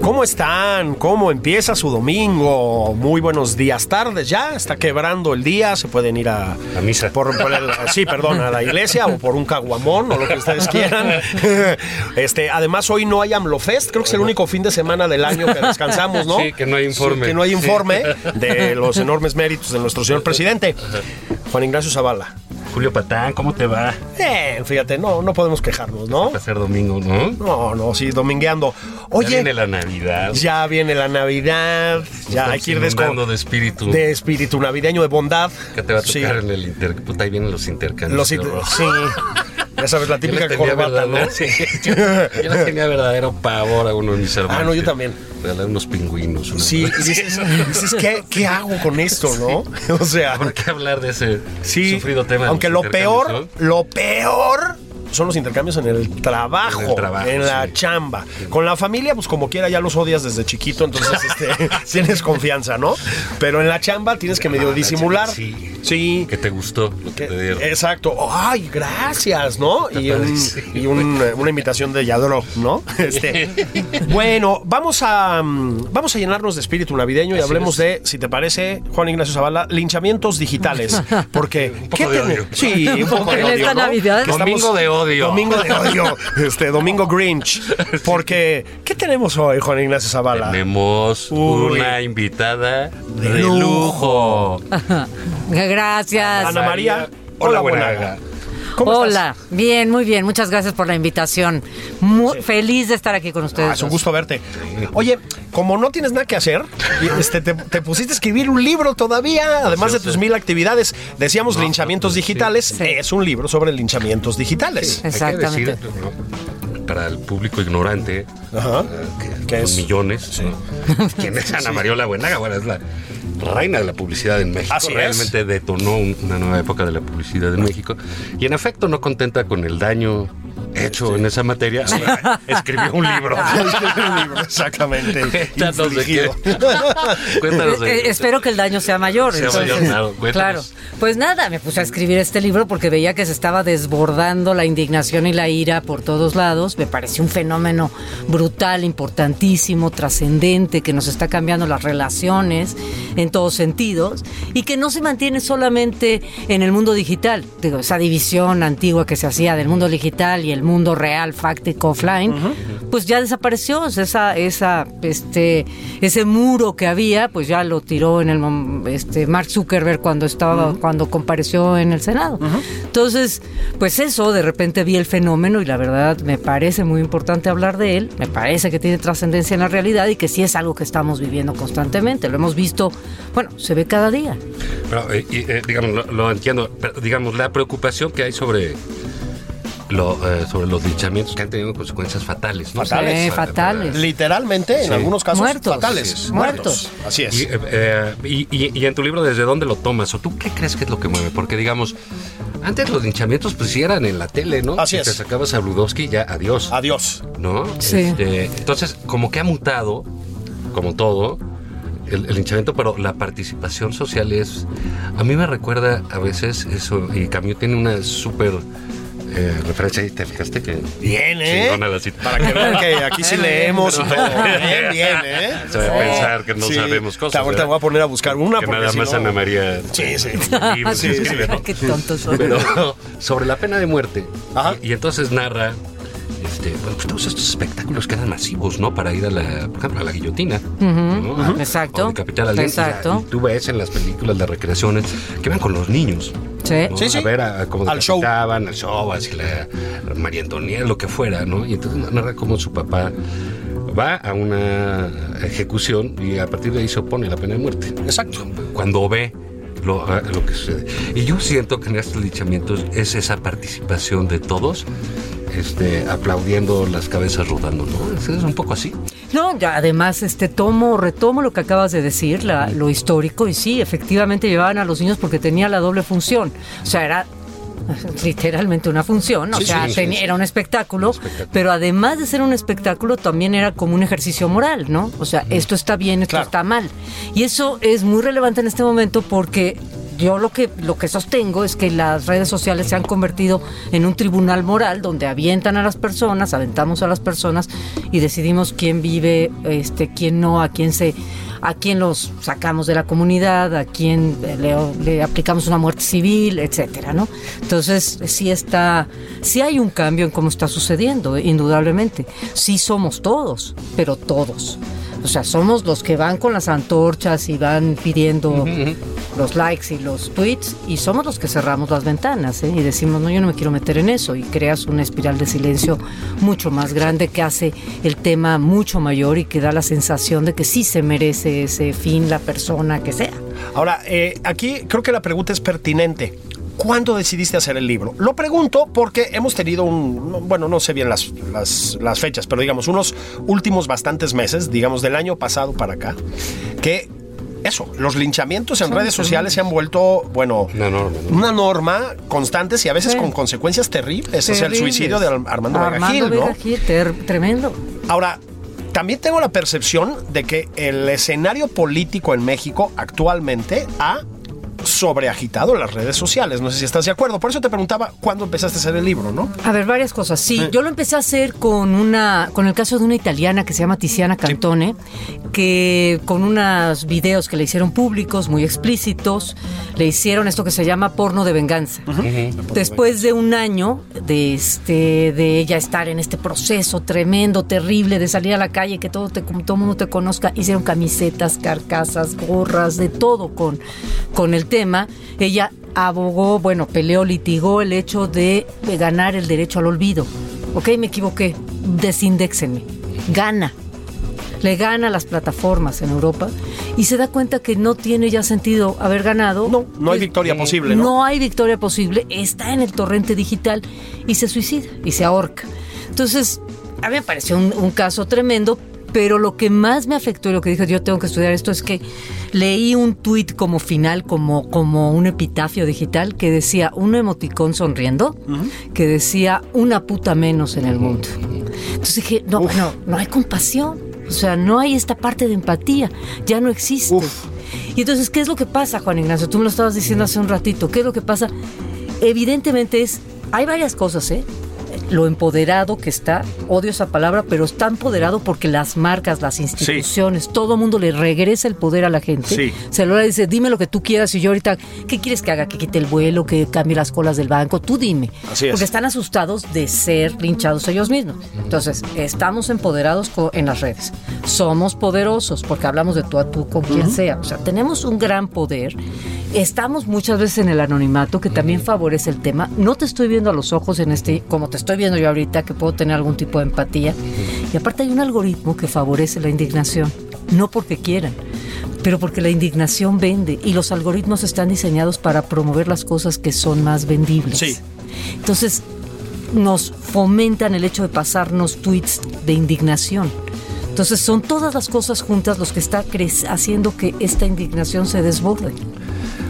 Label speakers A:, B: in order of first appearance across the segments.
A: ¿Cómo están? ¿Cómo empieza su domingo? Muy buenos días, tardes ya, está quebrando el día, se pueden ir a...
B: La misa.
A: Por, por el- sí, perdón, a la iglesia o por un caguamón o lo que ustedes quieran. Este, además, hoy no hay AMLO Fest, creo que es el único fin de semana del año que descansamos, ¿no?
B: Sí, que no hay informe.
A: que no hay
B: Sí.
A: informe de los enormes méritos de nuestro señor presidente, Juan Ignacio Zavala.
B: Julio Patán, ¿cómo te va?
A: Eh, fíjate, no, no podemos quejarnos, ¿no?
B: Va a ser domingo, ¿no?
A: No, no, sí, domingueando.
B: Oye.
A: Oye,
B: Ya viene la Navidad.
A: Ya viene la Navidad, ya hay
B: Estamos
A: que ir
B: inundando
A: desco-
B: de espíritu.
A: de espíritu navideño, de bondad.
B: que te va a
A: Sí,
B: tocar en el intercambio. Puta, ahí vienen los intercambios.
A: los
B: qué
A: in-
B: horror.
A: sí, ya sabes, la
B: Yo les
A: típica
B: tenía
A: corbata,
B: verdadero-
A: ¿no?
B: sí, yo, yo les tenía verdadero pavor a uno de mis hermanos.
A: Ah, no, yo
B: que
A: también.
B: Regalar unos pingüinos. una
A: Sí,
B: cosa
A: y
B: así.
A: dices, dices, ¿qué, qué hago con esto, no? O sea,
B: ¿Por qué hablar de ese
A: sí,
B: sufrido tema? de
A: aunque
B: los
A: lo peor,
B: intercambios, no?
A: lo peor son los intercambios en el trabajo, en,
B: En el trabajo,
A: la
B: sí.
A: chamba. Con la familia, pues como quiera, ya los odias desde chiquito, entonces este, tienes confianza, ¿no? Pero en la chamba tienes que medio
B: Ah, la
A: disimular.
B: chamba, sí.
A: sí.
B: Que te gustó lo
A: Que-
B: que te dieron.
A: Exacto. Ay, gracias, ¿no? Y, un-
B: Sí.
A: y un, eh, una invitación de Yadro, ¿no? Este, bueno, vamos a mm, vamos a llenarnos de espíritu navideño y
B: Así
A: hablemos de,
B: es.
A: si te parece, Juan Ignacio Zavala, linchamientos digitales. Porque
B: poco de
A: tiene-
B: odio.
A: Sí, un poco de
C: En
A: odio,
C: esta
A: ¿no?
C: Navidad.
A: Que estamos-
B: Domingo de odio.
A: Domingo de odio. Este, domingo Grinch. Porque, ¿qué tenemos hoy, Juan Ignacio Zavala?
B: Tenemos
A: Uy.
B: una invitada de,
A: lujo.
B: lujo.
C: Gracias.
A: Ana María. Hola,
B: Hola,
A: buena.
B: buena.
A: ¿Cómo
C: Hola,
A: estás?
C: bien, muy bien, muchas gracias por la invitación. Muy Feliz de estar aquí con ustedes.
A: Ah, es un
C: dos.
A: gusto verte. Oye, como no tienes nada que hacer, y, este, te, te pusiste a escribir un libro todavía, además de tus mil actividades. Decíamos linchamientos digitales, es un libro sobre linchamientos digitales.
B: Hay que
C: Exactamente.
B: decir, ¿no? para el público ignorante,
A: Ajá.
B: que,
A: ¿Qué
B: son
A: es?
B: millones, ¿no? ¿quién es Ana Mariola Buenaga? Bueno, es la reina de la publicidad en México.
A: Así es.
B: Realmente detonó un- una nueva época de la publicidad en México. Y en efecto, no contenta con el daño hecho en esa materia, ahora escribió un libro.
A: Ah, Un libro, Exactamente.
B: Cuéntanos de qué.
A: Infligido.
B: Cuéntanos de
C: Eh,
B: qué.
C: espero que el daño sea mayor.
B: Sea mayor, claro,
C: claro.
B: cuéntanos.
C: Pues nada, me puse a escribir este libro porque veía que se estaba desbordando la indignación y la ira por todos lados. Me pareció un fenómeno brutal, importantísimo, trascendente, que nos está cambiando las relaciones en todos sentidos y que no se mantiene solamente en el mundo digital. Digo, esa división antigua que se hacía del mundo digital y el mundo real, fáctico, offline, pues ya desapareció. O sea, esa, esa, este, ese muro que había, pues ya lo tiró en el mom- este, Mark Zuckerberg cuando estaba, cuando compareció en el Senado. Entonces, pues eso, de repente vi el fenómeno y la verdad me parece muy importante hablar de él. Me parece que tiene trascendencia en la realidad y que sí es algo que estamos viviendo constantemente. Lo hemos visto, bueno, se ve cada día.
B: Pero, eh, y, eh, digamos, lo, lo entiendo, pero, digamos, la preocupación que hay sobre, lo, eh, sobre los linchamientos que han tenido consecuencias fatales. ¿no?
A: Fatales.
C: Eh, fatales.
A: Literalmente, en algunos casos,
C: Muertos.
A: fatales.
C: Sí, muertos.
A: Así es.
B: Y, eh, eh, y- y- y en tu libro, ¿desde dónde lo tomas? ¿O tú qué crees que es lo que mueve? Porque, digamos, antes los linchamientos pues sí eran en la tele, ¿no?
A: Así
B: Si
A: es. Ah,
B: te sacabas a Bludowski, ya adiós.
A: Adiós.
B: ¿no?
C: Sí.
B: Este, entonces, como que ha mutado, como todo, el, el linchamiento, pero la participación social es. A mí me recuerda a veces eso, y Camus tiene una súper. eh, referencia, ahí, ¿te fijaste que?
A: Bien, ¿eh?
B: Chingona la cita.
A: Para que vean que aquí sí leemos. y todo. Bien, bien, ¿eh?
B: Se va a pensar que no
A: Sí.
B: sabemos cosas.
A: Ahorita
B: ¿verdad?
A: voy a poner a buscar una.
B: que
A: porque
B: nada
A: si
B: más
A: no-
B: Ana María.
A: Sí, sí. Sí,
B: escribe,
A: sí.
B: escribe, ¿no?
C: Qué tontos son.
B: pero sobre la pena de muerte.
A: Ajá.
B: Y, y entonces narra este, bueno, pues todos estos espectáculos que eran masivos, ¿no? Para ir a la, por ejemplo, a la guillotina. ¿no? A-
C: Exacto.
B: o de Capital Alguien, y ya-
C: Exacto.
B: y tú ves en las películas de recreaciones que van con los niños.
C: Sí.
B: ¿no?
A: Sí, sí.
B: A ver a, a cómo
A: Al show.
B: decapitaban, al show, así la, la María Antonieta, lo que fuera, ¿no? Y entonces narra cómo su papá va a una ejecución y a partir de ahí se opone a la pena de muerte.
A: Exacto.
B: Cuando ve lo, lo que sucede. Y yo siento que en estos linchamientos es esa participación de todos. Este, aplaudiendo las cabezas rodando, ¿no? Es, es un poco así.
C: No, ya además este tomo, retomo lo que acabas de decir, la- lo histórico, y sí, efectivamente llevaban a los niños porque tenía la doble función. O sea, era literalmente una función, o
B: Sí,
C: sea,
B: sí, sí,
C: tenía-
B: sí.
C: era un espectáculo, pero además de ser un espectáculo también era como un ejercicio moral, ¿no? O sea, esto está bien, esto
A: Claro.
C: está mal. Y eso es muy relevante en este momento porque yo lo que lo que sostengo es que las redes sociales se han convertido en un tribunal moral donde avientan a las personas, aventamos a las personas y decidimos quién vive, este, quién no, a quién se a quién los sacamos de la comunidad, a quién eh, le, le aplicamos una muerte civil, etcétera, ¿no? Entonces, sí está sí hay un cambio en cómo está sucediendo, eh, indudablemente. Sí somos todos, pero todos. O sea, somos los que van con las antorchas y van pidiendo los likes y los tweets y somos los que cerramos las ventanas ¿eh? y decimos, no, yo no me quiero meter en eso y creas una espiral de silencio mucho más grande que hace el tema mucho mayor y que da la sensación de que sí se merece ese fin la persona que sea.
A: Ahora, eh, aquí creo que la pregunta es pertinente. ¿Cuándo decidiste hacer el libro? Lo pregunto porque hemos tenido un, bueno, no sé bien las, las, las fechas, pero digamos, unos últimos bastantes meses, digamos, del año pasado para acá, que eso, los linchamientos en redes sociales se han vuelto, bueno,
B: Una norma, ¿no?
A: una norma constantes y a veces
C: Sí.
A: con consecuencias terribles. Es el
C: Terribles.
A: suicidio de Ar- Armando, Vega
C: Armando
A: Gil, ¿no?
C: Vega Gil, ter- tremendo.
A: Ahora, también tengo la percepción de que el escenario político en México actualmente ha sobreagitado las redes sociales. No sé si estás de acuerdo. Por eso te preguntaba cuándo empezaste a hacer el libro, ¿no?
C: A ver, varias cosas. Sí, yo lo empecé a hacer con una, con el caso de una italiana que se llama Tiziana Cantone, que con unos videos que le hicieron públicos, muy explícitos, le hicieron esto que se llama porno de venganza. Después de un año de este, de ella estar en este proceso tremendo, terrible, de salir a la calle, que todo te, todo mundo te conozca, hicieron camisetas, carcasas, gorras, de todo con, con el tema. Ella abogó, bueno, peleó, litigó el hecho de, de ganar el derecho al olvido. Ok, me equivoqué, desindéxenme. Gana. Le gana a las plataformas en Europa y se da cuenta que no tiene ya sentido haber ganado.
A: No, no hay
C: Es-
A: victoria posible, ¿no?
C: hay victoria posible, está en el torrente digital y se suicida y se ahorca. Entonces, a mí me pareció un, un caso tremendo, pero lo que más me afectó y lo que dije, yo tengo que estudiar esto, es que leí un tuit como final, como, como un epitafio digital, que decía un emoticón sonriendo, que decía una puta menos en el mundo. Entonces dije, no, bueno, no hay compasión. O sea, no hay esta parte de empatía, ya no existe. Y entonces, ¿qué es lo que pasa, Juan Ignacio? Tú me lo estabas diciendo hace un ratito. ¿Qué es lo que pasa? Evidentemente es, hay varias cosas, ¿eh? Lo empoderado que está, odio esa palabra, pero está empoderado porque las marcas, las instituciones, todo mundo le regresa el poder a la gente.
A: Sí.
C: Se lo dice, dime lo que tú quieras y yo ahorita, ¿qué quieres que haga? Que quite el vuelo, que cambie las colas del banco, tú dime.
A: Así es.
C: Porque están asustados de ser linchados ellos mismos. Entonces, estamos empoderados co- en las redes. Somos poderosos porque hablamos de tú a tú con quien sea. O sea, tenemos un gran poder. Estamos muchas veces en el anonimato que también favorece el tema. No te estoy viendo a los ojos en este, como te estoy viendo yo ahorita, que puedo tener algún tipo de empatía. Y aparte hay un algoritmo que favorece la indignación. No porque quieran, pero porque la indignación vende y los algoritmos están diseñados para promover las cosas que son más vendibles.
A: Sí.
C: Entonces, nos fomentan el hecho de pasarnos tweets de indignación. Entonces, son todas las cosas juntas los que está cre- haciendo que esta indignación se desborde.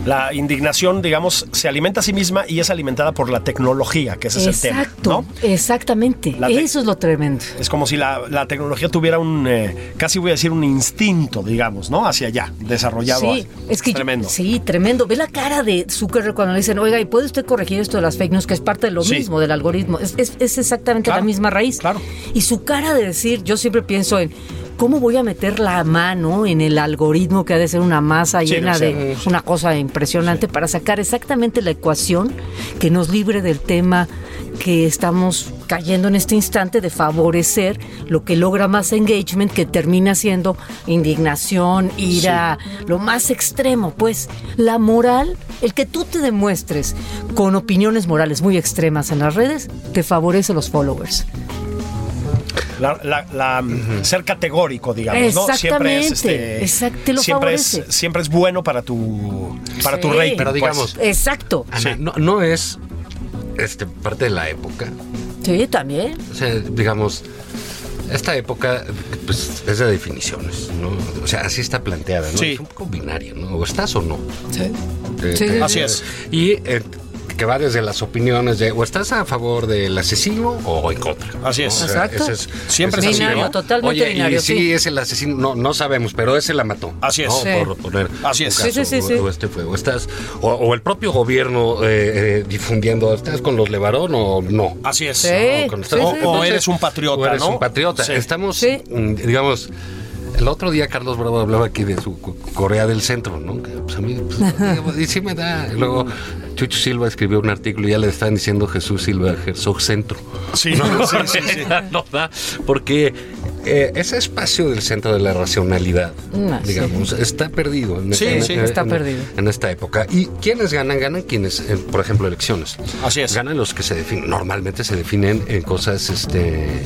A: La indignación, digamos, se alimenta a sí misma y es alimentada por la tecnología, que ese es el tema, ¿no?
C: exactamente.
A: La te-
C: Eso es lo tremendo.
A: Es como si la, la tecnología tuviera un, eh, casi voy a decir un instinto, digamos, ¿no? Hacia allá, desarrollado.
C: Sí, es que yo-
A: tremendo.
C: sí, tremendo. Ve la cara de Zuckerberg cuando le dicen, oiga, ¿y puede usted corregir esto de las fake news? Que es parte de lo
A: Sí.
C: mismo, del algoritmo. Es, es- es exactamente
A: Claro,
C: la misma raíz.
A: claro.
C: Y su cara de decir, yo siempre pienso en, ¿cómo voy a meter la mano en el algoritmo que ha de ser una masa
A: Sí,
C: llena
A: o sea,
C: de una cosa impresionante para sacar exactamente la ecuación que nos libre del tema que estamos cayendo en este instante de favorecer lo que logra más engagement, que termina siendo indignación, ira, lo más extremo, pues la moral, el que tú te demuestres con opiniones morales muy extremas en las redes, te favorece los followers.
A: La, la- la, Ser categórico, digamos, ¿no? Siempre es este.
C: Exactamente, exacto, lo
A: siempre es,
C: favorece.
A: siempre es bueno para tu. Para tu
C: Sí.
A: rating.
B: Pero
A: pues.
B: digamos-
C: Exacto.
B: Ana, no, no es este, parte de la época.
C: Sí, también.
B: O sea, digamos, esta época pues, es de definiciones, ¿no? O sea, así está planteada, ¿no?
A: Sí.
B: Es un poco binario, ¿no? O estás o no. Eh,
C: Sí, sí,
A: Así sí. es.
B: Y eh, que va desde las opiniones de o estás a favor del asesino o en contra.
A: Así es.
B: O sea,
C: Exacto.
B: ese es-
A: Siempre
B: ese
A: es
B: el
A: así,
B: tema.
A: ¿no?
C: Totalmente
B: Oye,
C: binario,
B: Y si
C: sí.
B: es el asesino, no, no sabemos, pero ese la mató.
A: Así es.
B: ¿no?
A: Sí.
B: Por poner
A: Así
B: un
A: es.
B: caso,
C: Sí, sí, sí,
B: o-
C: sí.
B: O, este fue, o estás, o, o el propio gobierno eh, eh, difundiendo, ¿estás con los Levarón o no?
A: Así es.
C: Sí.
B: ¿no? Con Estados Unidos.
C: sí, sí.
B: Entonces,
A: O eres un patriota,
B: o eres
A: ¿no?
B: un patriota.
A: Sí.
B: Estamos,
C: Sí.
B: mm, digamos, el otro día Carlos Bravo hablaba aquí de su co- Corea del Centro, ¿no? Que, pues, a mí, pues, digamos, y sí me da. Y Luego, Chucho Silva escribió un artículo y ya le están diciendo Jesús Silva Herzog Centro.
A: Sí, sí, sí, sí.
B: no da, porque eh, ese espacio del centro de la racionalidad,
C: Ah, sí.
B: digamos, está perdido. en-
A: Sí,
B: en-
A: sí.
B: en-
C: Está
B: en-
C: perdido.
B: En esta época. ¿Y quiénes ganan? Ganan quienes, eh, por ejemplo, elecciones.
A: Así es.
B: Ganan los que se definen, normalmente se definen en cosas, este... eh,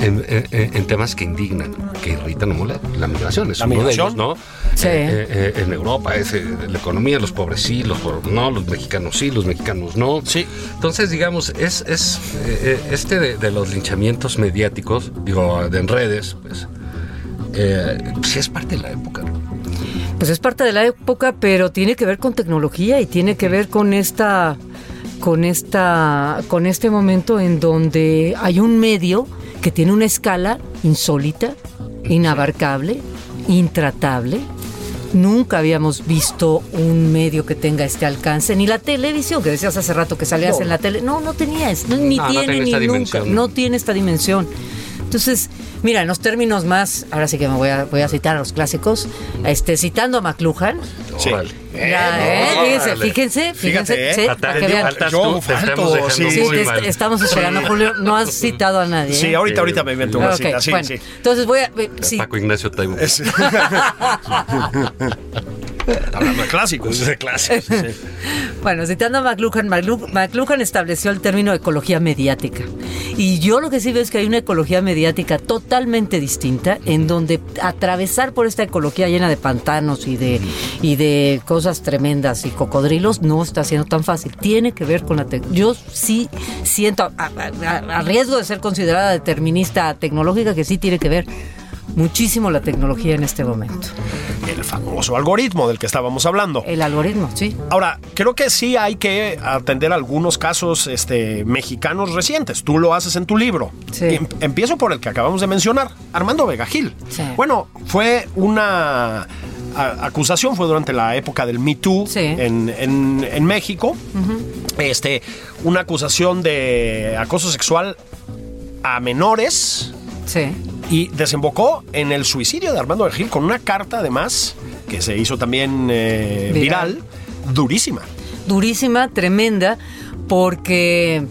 B: En, en- en- en temas que indignan, que irritan o molestan. La migración es
A: La
B: uno de
A: migración.
B: ellos, ¿no?
C: Sí.
B: Eh, eh, eh, en Europa es eh, la economía, los pobres sí, los pobres no, los mexicanos sí, los mexicanos no.
A: Sí.
B: Entonces, digamos, es, es eh, eh, este de, de los linchamientos mediáticos, digo, de en redes, pues, eh, sí es parte de la época.
C: Pues es parte de la época, pero tiene que ver con tecnología y tiene que ver con esta con esta con este momento en donde hay un medio que tiene una escala insólita, inabarcable, intratable. Nunca habíamos visto un medio que tenga este alcance, ni la televisión, que decías hace rato que salías en la tele. No, no tenías, ni
B: No, no
C: tiene
B: tenía
C: ni
B: esta
C: nunca.
B: dimensión.
C: No tiene esta dimensión. Entonces, mira, en los términos más, ahora sí que me voy a, voy a citar a los clásicos, este, citando a McLuhan.
A: Sí.
B: Órale.
C: Ya,
B: Eh,
C: ¿eh?
B: no,
C: Fíjense,
B: órale.
C: fíjense, fíjense,
A: Fíjate, ¿eh?
C: sí,
B: Falta-
C: para que vean.
B: faltas
A: Yo
B: tú, te estamos
A: falto,
B: dejando
A: sí.
C: Sí,
B: muy
C: te-
B: mal.
C: estamos esperando, Julio. No has citado a nadie.
A: Sí,
C: ¿eh?
A: ahorita, ahorita me invento una
C: Ok,
A: cita. Sí,
C: bueno,
A: sí.
C: Entonces voy a. eh, sí,
B: Paco Ignacio Taibo.
A: Es- Hablando de clásicos. De clásicos.
C: Bueno, citando a McLuhan, McLu- McLuhan estableció el término ecología mediática. Y yo lo que sí veo es que hay una ecología mediática totalmente distinta, en donde atravesar por esta ecología llena de pantanos y de, y de cosas tremendas y cocodrilos no está siendo tan fácil. Tiene que ver con la tec- Yo sí siento, a, a- a riesgo de ser considerada determinista tecnológica, que sí tiene que ver muchísimo la tecnología en este momento.
A: El famoso algoritmo del que estábamos hablando.
C: El algoritmo, sí.
A: Ahora, creo que sí hay que atender algunos casos este, mexicanos recientes. Tú lo haces en tu libro.
C: Sí.
A: Em- empiezo por el que acabamos de mencionar, Armando Vega Gil.
C: Sí.
A: Bueno, fue una a- acusación, fue durante la época del Me Too
C: Sí.
A: en, en- en México. Este, una acusación de acoso sexual a menores
C: Sí.
A: y desembocó en el suicidio de Armando Vega Gil con una carta, además, que se hizo también eh,
C: Viral.
A: viral durísima.
C: durísima, tremenda, porque,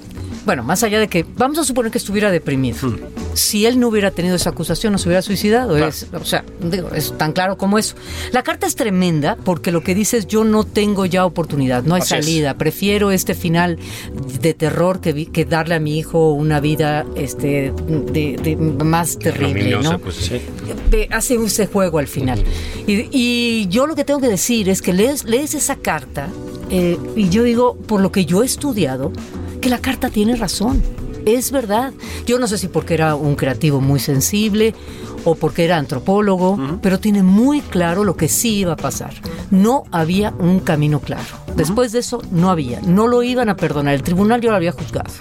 C: bueno, más allá de que, vamos a suponer que estuviera deprimido.
A: Hmm.
C: Si él no hubiera tenido esa acusación, no se hubiera suicidado. Es, o sea, digo, es tan claro como eso. La carta es tremenda porque lo que dice es yo no tengo ya oportunidad, no hay
A: Así es.
C: salida, prefiero este final de terror que, vi- que darle a mi hijo una vida este, de, de- más terrible.
B: Ignominiosa,
C: ¿no?
B: pues,
C: ve- hace ese juego al final. Y, y yo lo que tengo que decir es que lees, lees esa carta eh, y yo digo, por lo que yo he estudiado, que la carta tiene razón. Es verdad. Yo no sé si porque era un creativo muy sensible o porque era antropólogo, pero tiene muy claro lo que sí iba a pasar. No había un camino claro. Después de eso, no había. No lo iban a perdonar. El tribunal yo lo había juzgado.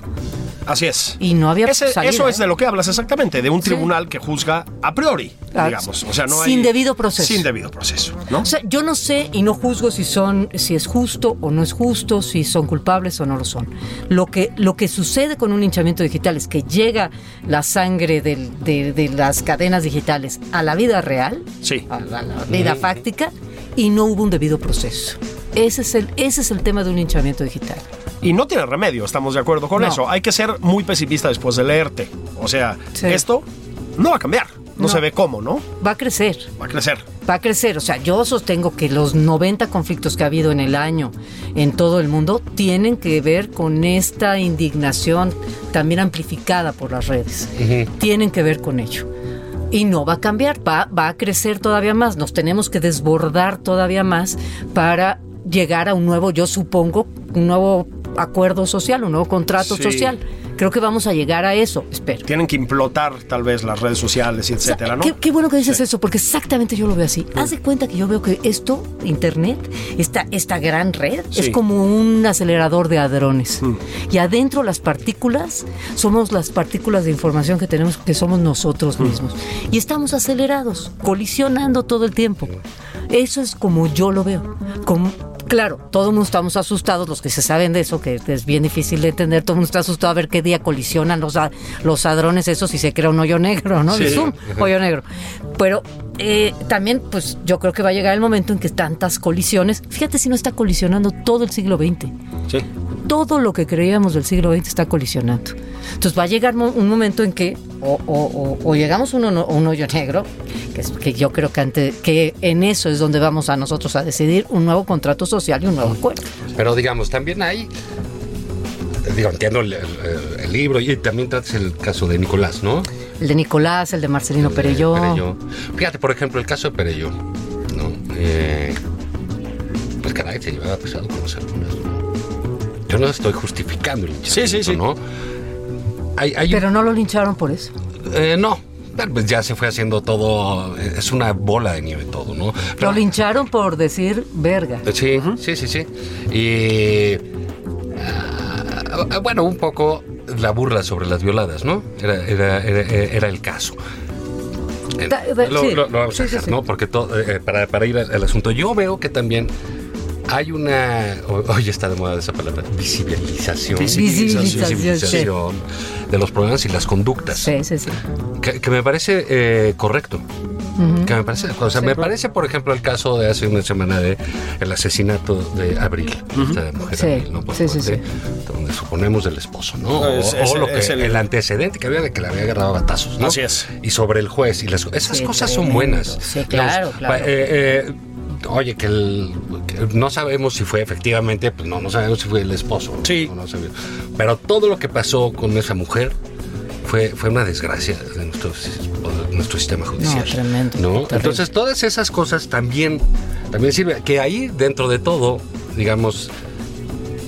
A: Así es.
C: Y no había
A: Ese-
C: salida,
A: eso
C: ¿eh?
A: es de lo que hablas exactamente, de un tribunal que juzga a priori,
C: Ah,
A: digamos. O sea, no
C: sin
A: hay-
C: debido proceso.
A: Sin debido proceso, ¿no?
C: O sea, yo no sé y no juzgo si son, si es justo o no es justo, si son culpables o no lo son. Lo que, lo que sucede con un hinchamiento digital es que llega la sangre del- de, de las cadenas digitales a la vida real,
A: Sí.
C: a la, a la vida fáctica, y no hubo un debido proceso. Ese es el, ese es el tema de un hinchamiento digital.
A: Y no tiene remedio, estamos de acuerdo con
C: No.
A: eso. Hay que ser muy pesimista después de leerte. O sea,
C: Sí.
A: esto no va a cambiar. No,
C: No.
A: se ve cómo, ¿no?
C: Va a crecer.
A: Va a crecer.
C: va a crecer. O sea, yo sostengo que los 90 conflictos que ha habido en el año en todo el mundo tienen que ver con esta indignación también amplificada por las redes. Tienen que ver con ello. Y no va a cambiar, va, va a crecer todavía más. Nos tenemos que desbordar todavía más para llegar a un nuevo, yo supongo, un nuevo acuerdo social, un nuevo contrato
B: Sí.
C: social. Creo que vamos a llegar a eso, espero.
A: Tienen que implotar tal vez las redes sociales y
C: O sea,
A: etcétera, ¿no?
C: Qué, qué bueno que dices eso, porque exactamente yo lo veo así. Haz de cuenta que yo veo que esto, Internet, esta, esta gran red, es
A: Sí. Mm.
C: como un acelerador de hadrones. Y adentro las partículas somos las partículas de información que tenemos, que somos
A: Mm.
C: nosotros mismos. Y estamos acelerados, colisionando todo el tiempo. Eso es como yo lo veo. Como, claro, todo el mundo estamos asustados, los que se saben de eso, que es bien difícil de entender, todo el mundo está asustado a ver qué día colisionan los, a- los hadrones esos y se crea un hoyo negro, ¿no? De
A: Sí.
C: Zoom, hoyo negro. Pero eh, también, pues yo creo que va a llegar el momento en que tantas colisiones, fíjate si no está colisionando todo el siglo XX
A: Sí.
C: todo lo que creíamos del siglo XX está colisionando. Entonces va a llegar mo- un momento en que o, o- o- o llegamos a un, hono- a un hoyo negro, que, es, que yo creo que, ante, que en eso es donde vamos a nosotros a decidir un nuevo contrato social y un nuevo acuerdo.
B: Pero digamos, también hay. Digo, entiendo el, el- el libro y también tratas el caso de Nicolás, ¿no?
C: El de Nicolás, el de Marcelino
B: De
C: Perelló.
B: Perelló. Fíjate, por ejemplo, el caso de Perelló, ¿no? Eh, pues caray, se llevaba pesado con los alumnos, ¿no? Yo no estoy justificando el
A: Sí, sí,
B: linchamiento,
A: sí.
B: ¿no? Hay, hay un
C: Pero no lo lincharon por eso.
B: Eh, no. Pero, Pues ya se fue haciendo todo, eh, es una bola de nieve todo, ¿no?
C: Lo lincharon por decir verga.
B: Sí, sí, sí, sí. Y ah, bueno, un poco la burla sobre las violadas, ¿no? Era, era, era, era el caso. Eh,
C: Ta- ta-
B: Lo,
C: sí.
B: lo- lo vamos a
C: Sí, sí,
B: dejar,
C: sí.
B: ¿no? Porque todo, eh, eh, para, para ir al, al asunto, yo veo que también hay una, ho- hoy está de moda esa palabra, visibilización,
C: Visibilización,
B: visibilización de los problemas y las conductas
C: Sí, sí, sí.
B: que, que me parece eh, correcto. Que me parece, o sea, me parece, por ejemplo, el caso de hace una semana de el asesinato de Abril, esta mujer
C: Sí,
B: Abril, ¿no? Por
C: sí, sí,
B: parte,
C: sí.
B: donde suponemos del esposo, ¿no?
A: No, es-
B: o
A: es-
B: o lo que-
A: es
B: el,
A: el-
B: antecedente que había de que le había agarrado a batazos, ¿no?
A: Así es.
B: Y sobre el juez y las esas
C: Sí,
B: cosas son
C: tremendo.
B: buenas.
C: Sí, claro,
B: pa-
C: claro.
B: eh, eh, Oye, que, el- que no sabemos si fue efectivamente, pues no, no sabemos si fue el esposo.
A: Sí.
B: No, no sabemos. Pero todo lo que pasó con esa mujer, fue, fue una desgracia de nuestro, de nuestro sistema judicial.
C: No, tremendo,
B: ¿no?
C: terrible.
B: Entonces, todas esas cosas también, también sirven. Que ahí, dentro de todo, digamos,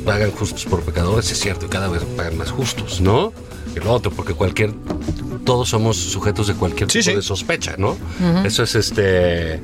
B: pagan justos por pecadores, es cierto, y cada vez pagan más justos, ¿no? El otro, porque cualquier. Todos somos sujetos de cualquier
A: Sí,
B: tipo
A: sí.
B: de sospecha, ¿no? Eso es este.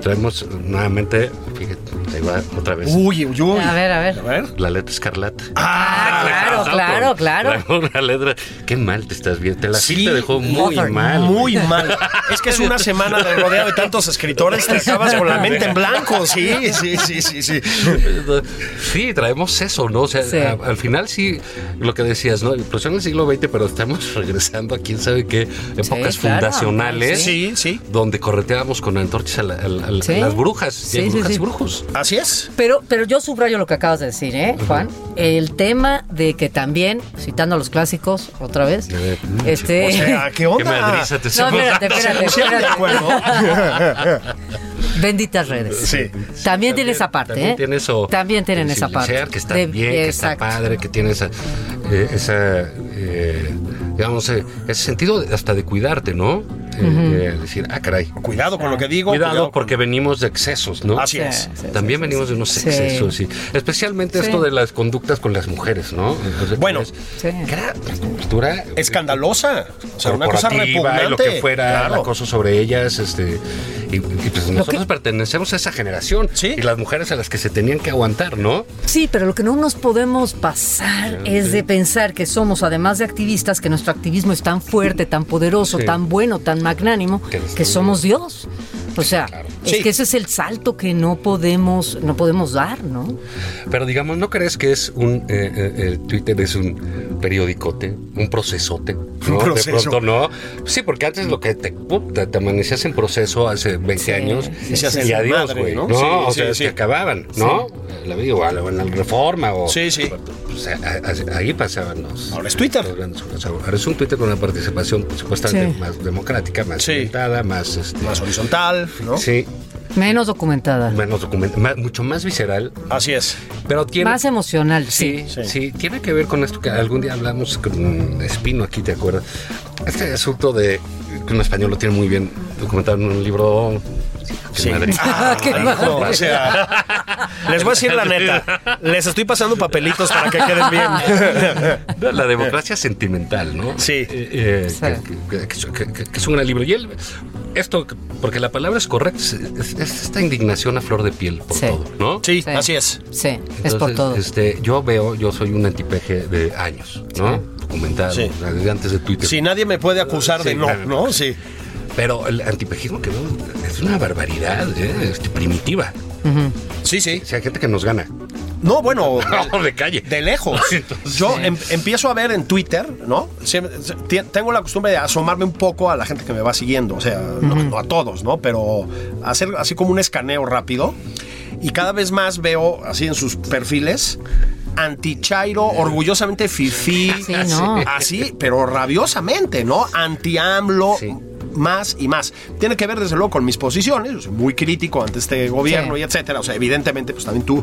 B: Traemos nuevamente, fíjate, ahí va otra vez.
A: Uy, uy, uy.
C: A ver, a ver.
B: La letra escarlata.
C: Ah,
B: Ajá,
C: claro, claro,
B: con-
C: claro.
B: con la letra. Qué mal te estás viendo. Te la sí,
A: Sí,
B: te dejó muy
C: Mother,
B: mal.
A: Muy mal. Es que es una semana de rodeado de tantos escritores, te acabas con la mente en blanco, sí, sí, sí, sí, sí.
B: Sí, traemos eso, ¿no? O sea,
C: Sí.
B: a- al final sí, lo que decías, ¿no? Explosión del siglo XX, pero estamos regresando a quién sabe qué épocas
C: claro,
B: fundacionales.
A: Sí, sí.
B: Donde correteábamos con antorchas a, la- a la- a la-
C: Sí.
B: a las brujas. y
C: Sí,
B: hay
C: sí,
B: brujas
C: sí.
B: y brujos.
A: Así es.
C: Pero, pero yo subrayo lo que acabas de decir, ¿eh, Juan? El tema de que también, citando a los clásicos otra vez,
B: A ver,
C: este.
A: O sea, Ah, ¿qué
B: Qué
A: onda?
B: madriza te
C: No,
B: estamos
C: espérate,
B: dando.
C: espérate,
A: ¿Pusieron de
C: espérate.
A: acuerdo?
C: Benditas redes.
A: Sí.
C: También tiene esa parte,
B: También
C: ¿eh?
B: tiene eso.
C: También tienen
B: de
C: esa parte.
B: civilizar, Que está
C: De-
B: bien, que está
C: exacto.
B: padre, que tiene esa, eh, esa eh, digamos, eh, ese sentido de- hasta de cuidarte, ¿no? Eh, eh, decir, ah, caray.
A: Cuidado con lo que digo.
B: Cuidado,
A: cuidado con-
B: porque venimos de excesos, ¿no?
A: Así es.
C: Sí, sí,
B: También
C: sí,
B: venimos
C: sí,
B: de unos
C: sí.
B: excesos, sí. Especialmente
C: Sí.
B: esto de las conductas con las mujeres, ¿no? Entonces,
A: Bueno.
B: es-
C: Sí.
B: que era una cultura
A: Escandalosa. O sea, una cosa
B: corporativa
A: repugnante.
B: y lo que fuera el
A: Claro.
B: acoso sobre ellas este y, y pues nosotros
C: que-
B: pertenecemos a esa generación
A: Sí.
B: y las mujeres a las que se tenían que aguantar no
C: Sí, pero lo que no nos podemos pasar es de pensar que somos, además de activistas, que nuestro activismo es tan fuerte, tan poderoso,
B: Sí.
C: tan bueno, tan magnánimo,
B: Que nos
C: que
B: tenemos.
C: somos Dios. O sea,
B: Claro.
C: es
A: Sí.
C: que ese es el salto que no podemos, no podemos dar, ¿no?
B: pero digamos no crees que es un eh, eh, el Twitter es un periodicote un procesote ¿no?
A: proceso.
B: de pronto no sí porque antes lo que te pum, te, te amanecías en proceso hace 20
C: Sí,
B: años
C: sí,
B: y,
A: sí, sí.
B: adiós
A: Madre,
B: güey no,
A: ¿no? Sí,
B: o
A: sí,
B: sea
A: sí.
B: que acababan no la vida o a la, o en la reforma o
A: Sí, sí.
B: pues, pues, a- a- ahí pasaban los.
A: Ahora es Twitter.
B: los grandes jugadores. Ahora es un Twitter con una participación supuestamente
C: Sí.
B: más democrática, más
A: Sí.
B: orientada, más. este,
A: Más horizontal, ¿no?
B: Sí,
C: Menos documentada.
B: menos document- más- mucho más visceral.
A: Así es.
B: Pero tiene.
C: Más emocional, sí.
B: Sí, sí, tiene que ver con esto que algún día hablamos con Espino aquí, ¿te acuerdas? Este asunto de que un español lo tiene muy bien documentado en un libro. Qué madre.
C: Ah, qué
A: hijo,
C: madre.
A: o sea, les voy a decir la neta. Les estoy pasando papelitos para que queden bien.
B: No, La democracia sentimental, ¿no?
A: Sí.
B: Eh, eh,
C: Sí.
B: Que, que- que- que- que es un gran libro. Y él, esto, porque la palabra es correcta, es, es esta indignación a flor de piel por
C: Sí.
B: todo, ¿no?
A: Sí,
C: Sí.
A: así es.
C: Sí, es por
B: Entonces,
C: todo.
B: Este, yo veo, yo soy un antipeje de años, ¿no? Documentado,
A: Sí.
B: desde antes de Twitter.
A: Si nadie me puede acusar de
B: Sí,
A: no,
B: claro.
A: ¿no? Sí.
B: Pero el antipejismo que veo es una barbaridad, ¿eh? Este, primitiva.
A: Sí, sí.
B: O sea, gente que nos gana.
A: No, bueno.
B: No, de calle.
A: De lejos.
B: Entonces,
A: Yo em- empiezo a ver en Twitter, ¿no? Siempre- se- ti- tengo la costumbre de asomarme un poco a la gente que me va siguiendo, o sea, no, no a todos, ¿no? Pero hacer así como un escaneo rápido. Y cada vez más veo así en sus perfiles anti-chairo, orgullosamente fifí,
C: Ah, Sí, no.
A: así, pero rabiosamente, ¿no? Anti-AMLO.
B: Sí.
A: Más y más. Tiene que ver, desde luego, con mis posiciones. Yo soy muy crítico ante este gobierno
C: Sí.
A: y etcétera. O sea, evidentemente, pues también tú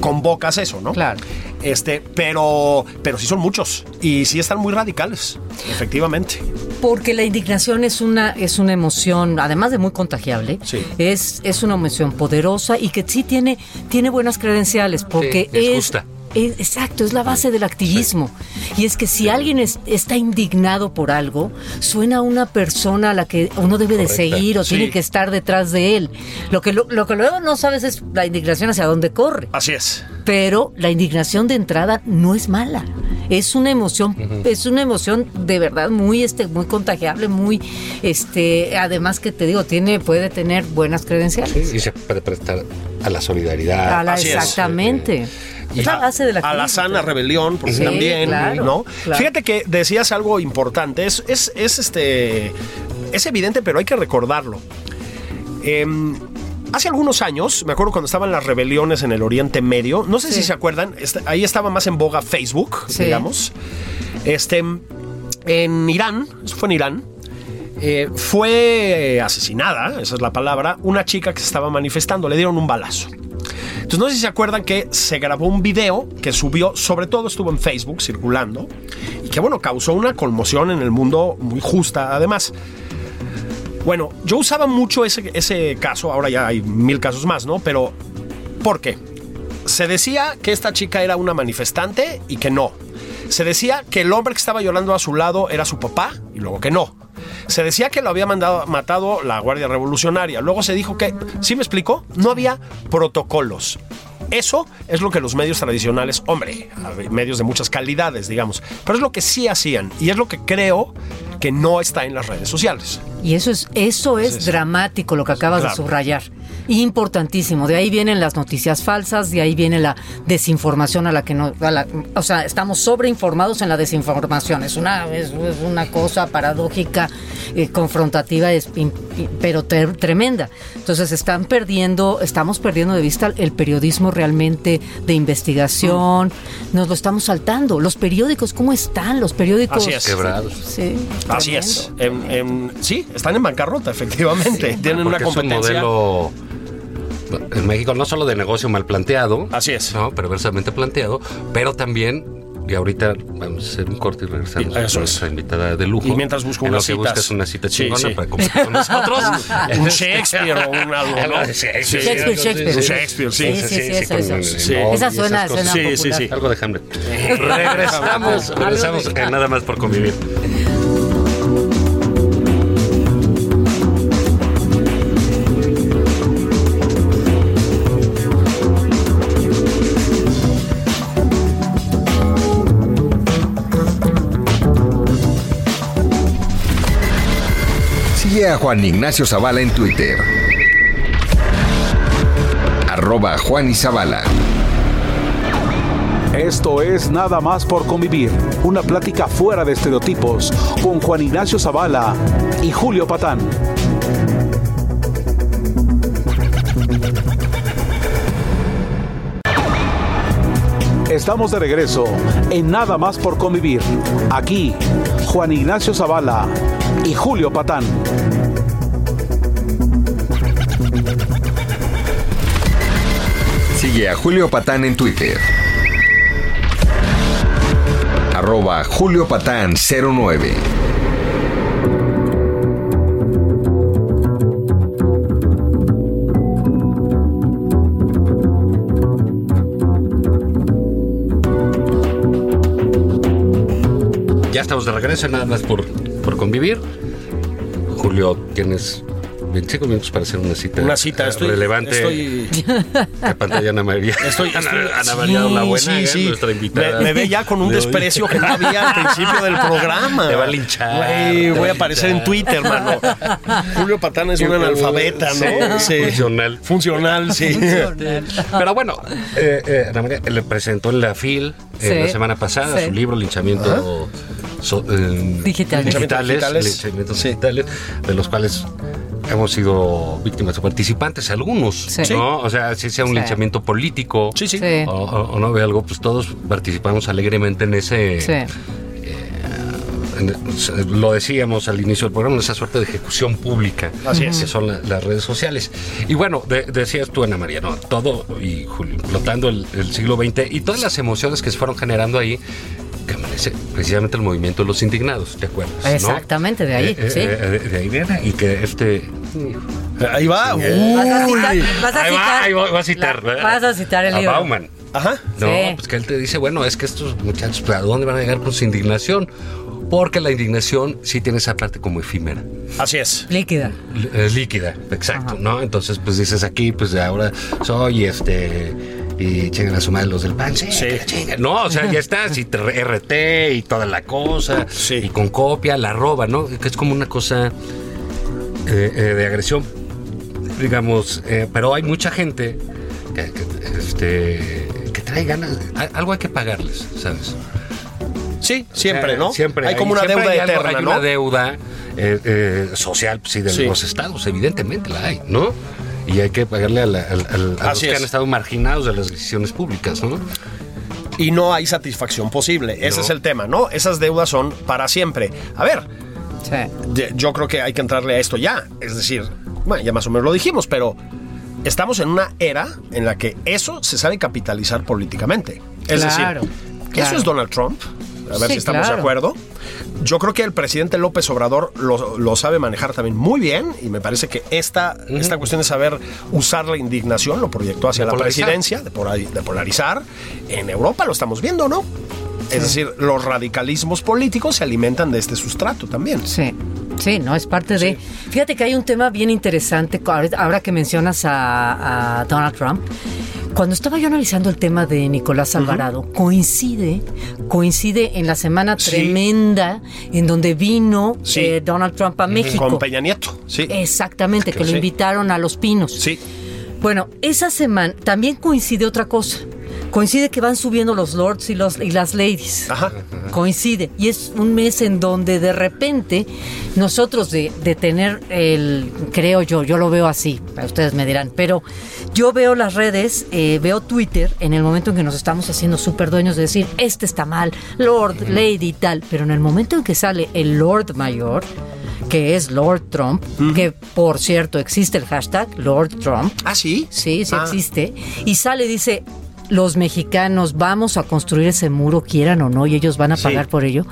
A: convocas eso, ¿no?
C: Claro.
A: Este, pero, pero sí son muchos y sí están muy radicales, efectivamente.
C: Porque la indignación es una, es una emoción, además de muy contagiable,
A: Sí.
C: es, es una emoción poderosa y que sí tiene, tiene buenas credenciales, porque
B: Sí, es
C: es,
B: justa.
C: es- Exacto, es la base del activismo. Y es que si alguien es- está indignado por algo, suena a una persona a la que uno debe de
B: Correcta.
C: seguir o
A: Sí.
C: tiene que estar detrás de él. Lo que, lo, lo que luego no sabes es la indignación hacia dónde corre.
A: Así es.
C: pero la indignación de entrada no es mala. Es una emoción, es una emoción de verdad muy este muy contagiable, muy este, además que te digo, tiene puede tener buenas credenciales.
B: Y se puede prestar a la solidaridad.
C: A la-
A: así es.
C: exactamente.
B: Y
C: es la base de la
A: a la
C: crisis.
A: sana rebelión, porque
C: Sí,
A: también,
C: claro,
A: ¿no?
C: claro.
A: Fíjate que decías algo importante, es, es, es, este, es evidente, pero hay que recordarlo. Em, hace algunos años, me acuerdo cuando estaban las rebeliones en el Oriente Medio, no sé
C: Sí.
A: si se acuerdan, est- ahí estaba más en boga Facebook,
C: Sí.
A: digamos. Este, en Irán, eso fue en Irán, eh, fue asesinada, esa es la palabra, una chica que se estaba manifestando, le dieron un balazo. Entonces no sé si se acuerdan que se grabó un video que subió, sobre todo estuvo en Facebook circulando, y que bueno, causó una conmoción en el mundo muy justa además. Bueno, yo usaba mucho ese, ese caso, ahora ya hay mil casos más, ¿no? Pero, ¿por qué? Se decía que esta chica era una manifestante y que no. Se decía que el hombre que estaba llorando a su lado era su papá y luego que no. Se decía que lo había mandado, matado la Guardia Revolucionaria. Luego se dijo que, ¿sí me explicó? No había protocolos. Eso es lo que los medios tradicionales, hombre, a ver, medios de muchas calidades, digamos, pero es lo que sí hacían y es lo que creo que no está en las redes sociales.
C: Y eso es eso es dramático lo que acabas
A: Claro.
C: de subrayar. Importantísimo, de ahí vienen las noticias falsas, de ahí viene la desinformación a la que no a la- o sea, estamos sobreinformados en la desinformación. Es una es, es una cosa paradójica, eh, confrontativa, es im- im- pero ter- tremenda. Entonces están perdiendo, estamos perdiendo de vista el periodismo realmente de investigación.
A: Mm.
C: Nos lo estamos saltando. Los periódicos, ¿cómo están los periódicos?
A: Así es.
B: Quebrados.
C: Sí,
A: Así
C: tremendo.
A: es. En- en- sí, están en bancarrota, efectivamente. Tienen una
B: Porque
A: competencia.
B: Es un modelo en México no solo de negocio mal planteado,
A: Así es.
B: ¿no? perversamente planteado, pero también y ahorita vamos a hacer un corte y regresamos
A: Y eso
B: con
A: es.
B: nuestra invitada de lujo.
A: Y mientras busco
B: En
A: unas
B: lo que
A: citas.
B: buscas una cita
A: Sí,
B: chingona
A: sí.
B: para compartir con nosotros.
A: Un Shakespeare o un algo, ¿no?
B: Algo de Shakespeare.
C: Shakespeare, Shakespeare.
A: Un Shakespeare, sí.
C: Sí, sí, sí, eso,
B: con
C: eso.
B: el
A: Sí.
B: novio y
C: Esa
B: esas
C: suena,
B: cosas.
C: suena
A: Sí,
C: popular.
A: sí, sí.
B: Algo de Hamlet. regresamos, regresamos en nada más por convivir.
D: Sigue a Juan Ignacio Zavala en Twitter. Arroba Juan y Zavala.
E: Esto es Nada más por convivir, una plática fuera de estereotipos con Juan Ignacio Zavala y Julio Patán. Estamos de regreso en Nada más por convivir. Aquí, Juan Ignacio Zavala y Julio Patán.
D: Sigue a Julio Patán en Twitter. Arroba Julio Patán 09.
B: Ya estamos de regreso, nada más por, por convivir. Julio, tienes 25 minutos para hacer una cita.
F: Una cita,
B: eh,
F: estoy.
B: relevante.
F: Estoy,
B: Que pantalla Ana María.
F: estoy,
B: Ana,
F: estoy-
B: Ana María
A: Sí,
B: la buena, ¿eh?
A: sí, sí.
B: nuestra invitada.
A: Me, me ve ya con un
B: Le doy-
A: desprecio que no había al principio del programa.
B: Te va a linchar,
A: Güey,
B: te va
A: voy a
B: a
A: aparecer en
B: linchar.
A: Twitter, mano. Julio Patán es un
B: Sí,
A: analfabeta, ¿no?
B: sí, funcional.
A: Funcional, sí.
B: Este, Pero bueno, eh, eh, Ana María le presentó en la FIL eh,
C: Sí.
B: la semana pasada
C: Sí.
B: su libro Linchamiento so- eh,
C: Digitales.
B: Digitales,
A: Digitales.
B: Linchamientos
A: Sí.
B: digitales, de los cuales hemos sido víctimas o participantes algunos,
C: Sí.
B: ¿no? O sea, si sea un
C: Sí.
B: linchamiento político
A: Sí, sí.
C: Sí.
B: o, o- o no ve algo, pues todos participamos alegremente en ese...
C: Sí.
B: en- lo decíamos al inicio del programa, esa suerte de ejecución pública
A: Así es.
B: que son la- las redes sociales. Y bueno, de- decías tú, Ana María, ¿no? todo, y Julio, explotando el, el siglo XX y todas las emociones que se fueron generando ahí, que amanece precisamente el movimiento de los indignados, ¿te acuerdas? no?
C: Exactamente, de ahí,
B: Eh, eh,
C: sí.
B: eh, de, de ahí viene, y que este...
A: Ahí va.
C: Vas a citar, vas a
B: ahí
C: citar,
B: va, ahí va- va a citar.
C: la-
B: ¿verdad?
C: vas a citar el
B: A
C: libro.
B: Bauman.
A: Ajá.
B: No,
C: Sí.
B: pues que él te dice, bueno, es que estos muchachos, pues, ¿a dónde van a llegar con su indignación? Porque la indignación sí tiene esa parte como efímera,
A: Así es.
C: Líquida.
B: l- eh, líquida, exacto, ¿no? Entonces, pues dices aquí, pues de ahora soy este. Y chingan a su madre los del pan. Sí, que la chingan. No, o sea, ya estás, y te- RT y toda la cosa.
A: Sí.
B: Y con copia, la roba, ¿no? Que es como una cosa eh, eh, de agresión, digamos, eh, pero hay mucha gente que, que, este, que trae ganas, a- algo hay que pagarles, ¿sabes?
A: Sí, siempre,
B: Eh,
A: ¿no?
B: Siempre.
A: Hay como una
B: siempre
A: deuda
B: hay algo-
A: eterna,
B: hay
A: ¿no?
B: una deuda eh, eh, social, pues, sí, de
A: Sí.
B: los estados, evidentemente la hay, ¿no? Y hay que pagarle a, la- al- al- a los
A: Así
B: que
A: es.
B: han estado marginados de las decisiones públicas, ¿no?
A: y no hay satisfacción posible. Ese
B: No.
A: es el tema, ¿no? Esas deudas son para siempre. A ver,
C: Sí.
A: de- yo creo que hay que entrarle a esto ya. Es decir, bueno, ya más o menos lo dijimos, pero estamos en una era en la que eso se sabe capitalizar políticamente. Es
C: Claro,
A: decir, eso
C: claro.
A: es Donald Trump. A ver
C: Sí,
A: si estamos de
C: claro.
A: acuerdo. Yo creo que el presidente López Obrador lo, lo sabe manejar también muy bien y me parece que esta, esta cuestión de saber usar la indignación lo proyectó hacia
B: De
A: la
B: polarizar.
A: presidencia, de, por de polarizar. En Europa lo estamos viendo, ¿no? Es decir, los radicalismos políticos se alimentan de este sustrato también.
C: Sí, sí, no, es parte de... Fíjate que hay un tema bien interesante co- ahora- ahora que mencionas a, a Donald Trump. Cuando estaba yo analizando el tema de Nicolás Alvarado, coincide, coincide en la semana
A: Sí.
C: tremenda en donde vino
A: Sí.
C: eh, Donald Trump a México.
A: Con Peña Nieto, sí.
C: Exactamente, que
A: Sí.
C: lo invitaron a Los Pinos.
A: Sí.
C: Bueno, esa semana también coincide otra cosa. Coincide que van subiendo los lords y, los, y las ladies.
A: Ajá.
C: Coincide. Y es un mes en donde de repente nosotros de, de tener el, creo yo, yo lo veo así, ustedes me dirán, pero yo veo las redes, eh, veo Twitter en el momento en que nos estamos haciendo súper dueños de decir, este está mal, Lord, Lady y tal, pero en el momento en que sale el Lord Mayor, que es Lord Trump, que por cierto existe el hashtag Lord Trump,
A: Ah, sí.
C: Sí, sí
A: Ah.
C: existe. Y sale y dice, los mexicanos vamos a construir ese muro, quieran o no, y ellos van a pagar por ello.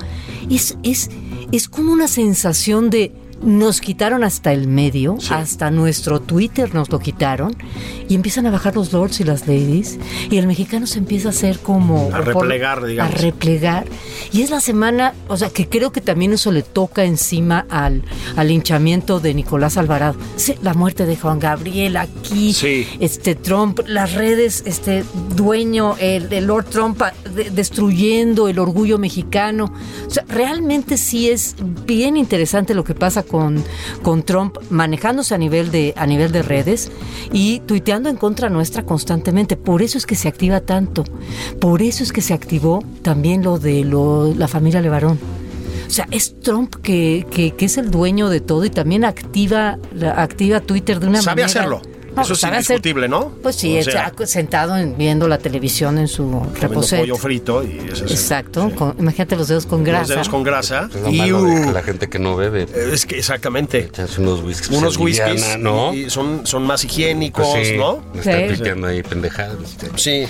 C: Es, es, es como una sensación de... Nos quitaron hasta el medio, hasta nuestro Twitter nos lo quitaron, y empiezan a bajar los lords y las ladies, y el mexicano se empieza a hacer como...
A: A replegar, digamos.
C: A replegar. Y es la semana, o sea, que creo que también eso le toca encima al, al linchamiento de Nicolás Alvarado. Sí, la muerte de Juan Gabriel aquí,
A: Sí.
C: este Trump, las redes, este dueño, el, el Lord Trump ah, de- destruyendo el orgullo mexicano. O sea, realmente sí es bien interesante lo que pasa con, con Trump manejándose a nivel de a nivel de redes y tuiteando en contra nuestra constantemente. Por eso es que se activa tanto. Por eso es que se activó también lo de lo- la familia Levarón. O sea, es Trump que, que- que es el dueño de todo y también activa, la- activa Twitter de una
A: Sabe
C: manera.
A: hacerlo. Eso es
C: sabe hacer-
A: indiscutible, ¿no?
C: Pues sí,
A: O sea,
C: está sentado en- viendo la televisión en su
A: comiendo
C: reposete.
A: pollo frito y eso es-
C: Exacto,
A: sí.
C: con- imagínate los dedos con grasa.
A: Los dedos con grasa.
B: Es lo
A: y
B: malo de
A: uh,
B: la gente que no bebe.
A: es que exactamente.
B: Echanse unos whiskies.
A: Unos
B: se aliviana,
A: whiskies
B: ¿no?
A: y- y son, son más higiénicos,
B: Pues sí,
A: ¿no?
B: Está
C: Sí.
B: pisteando ahí pendejadas. este,
A: Sí.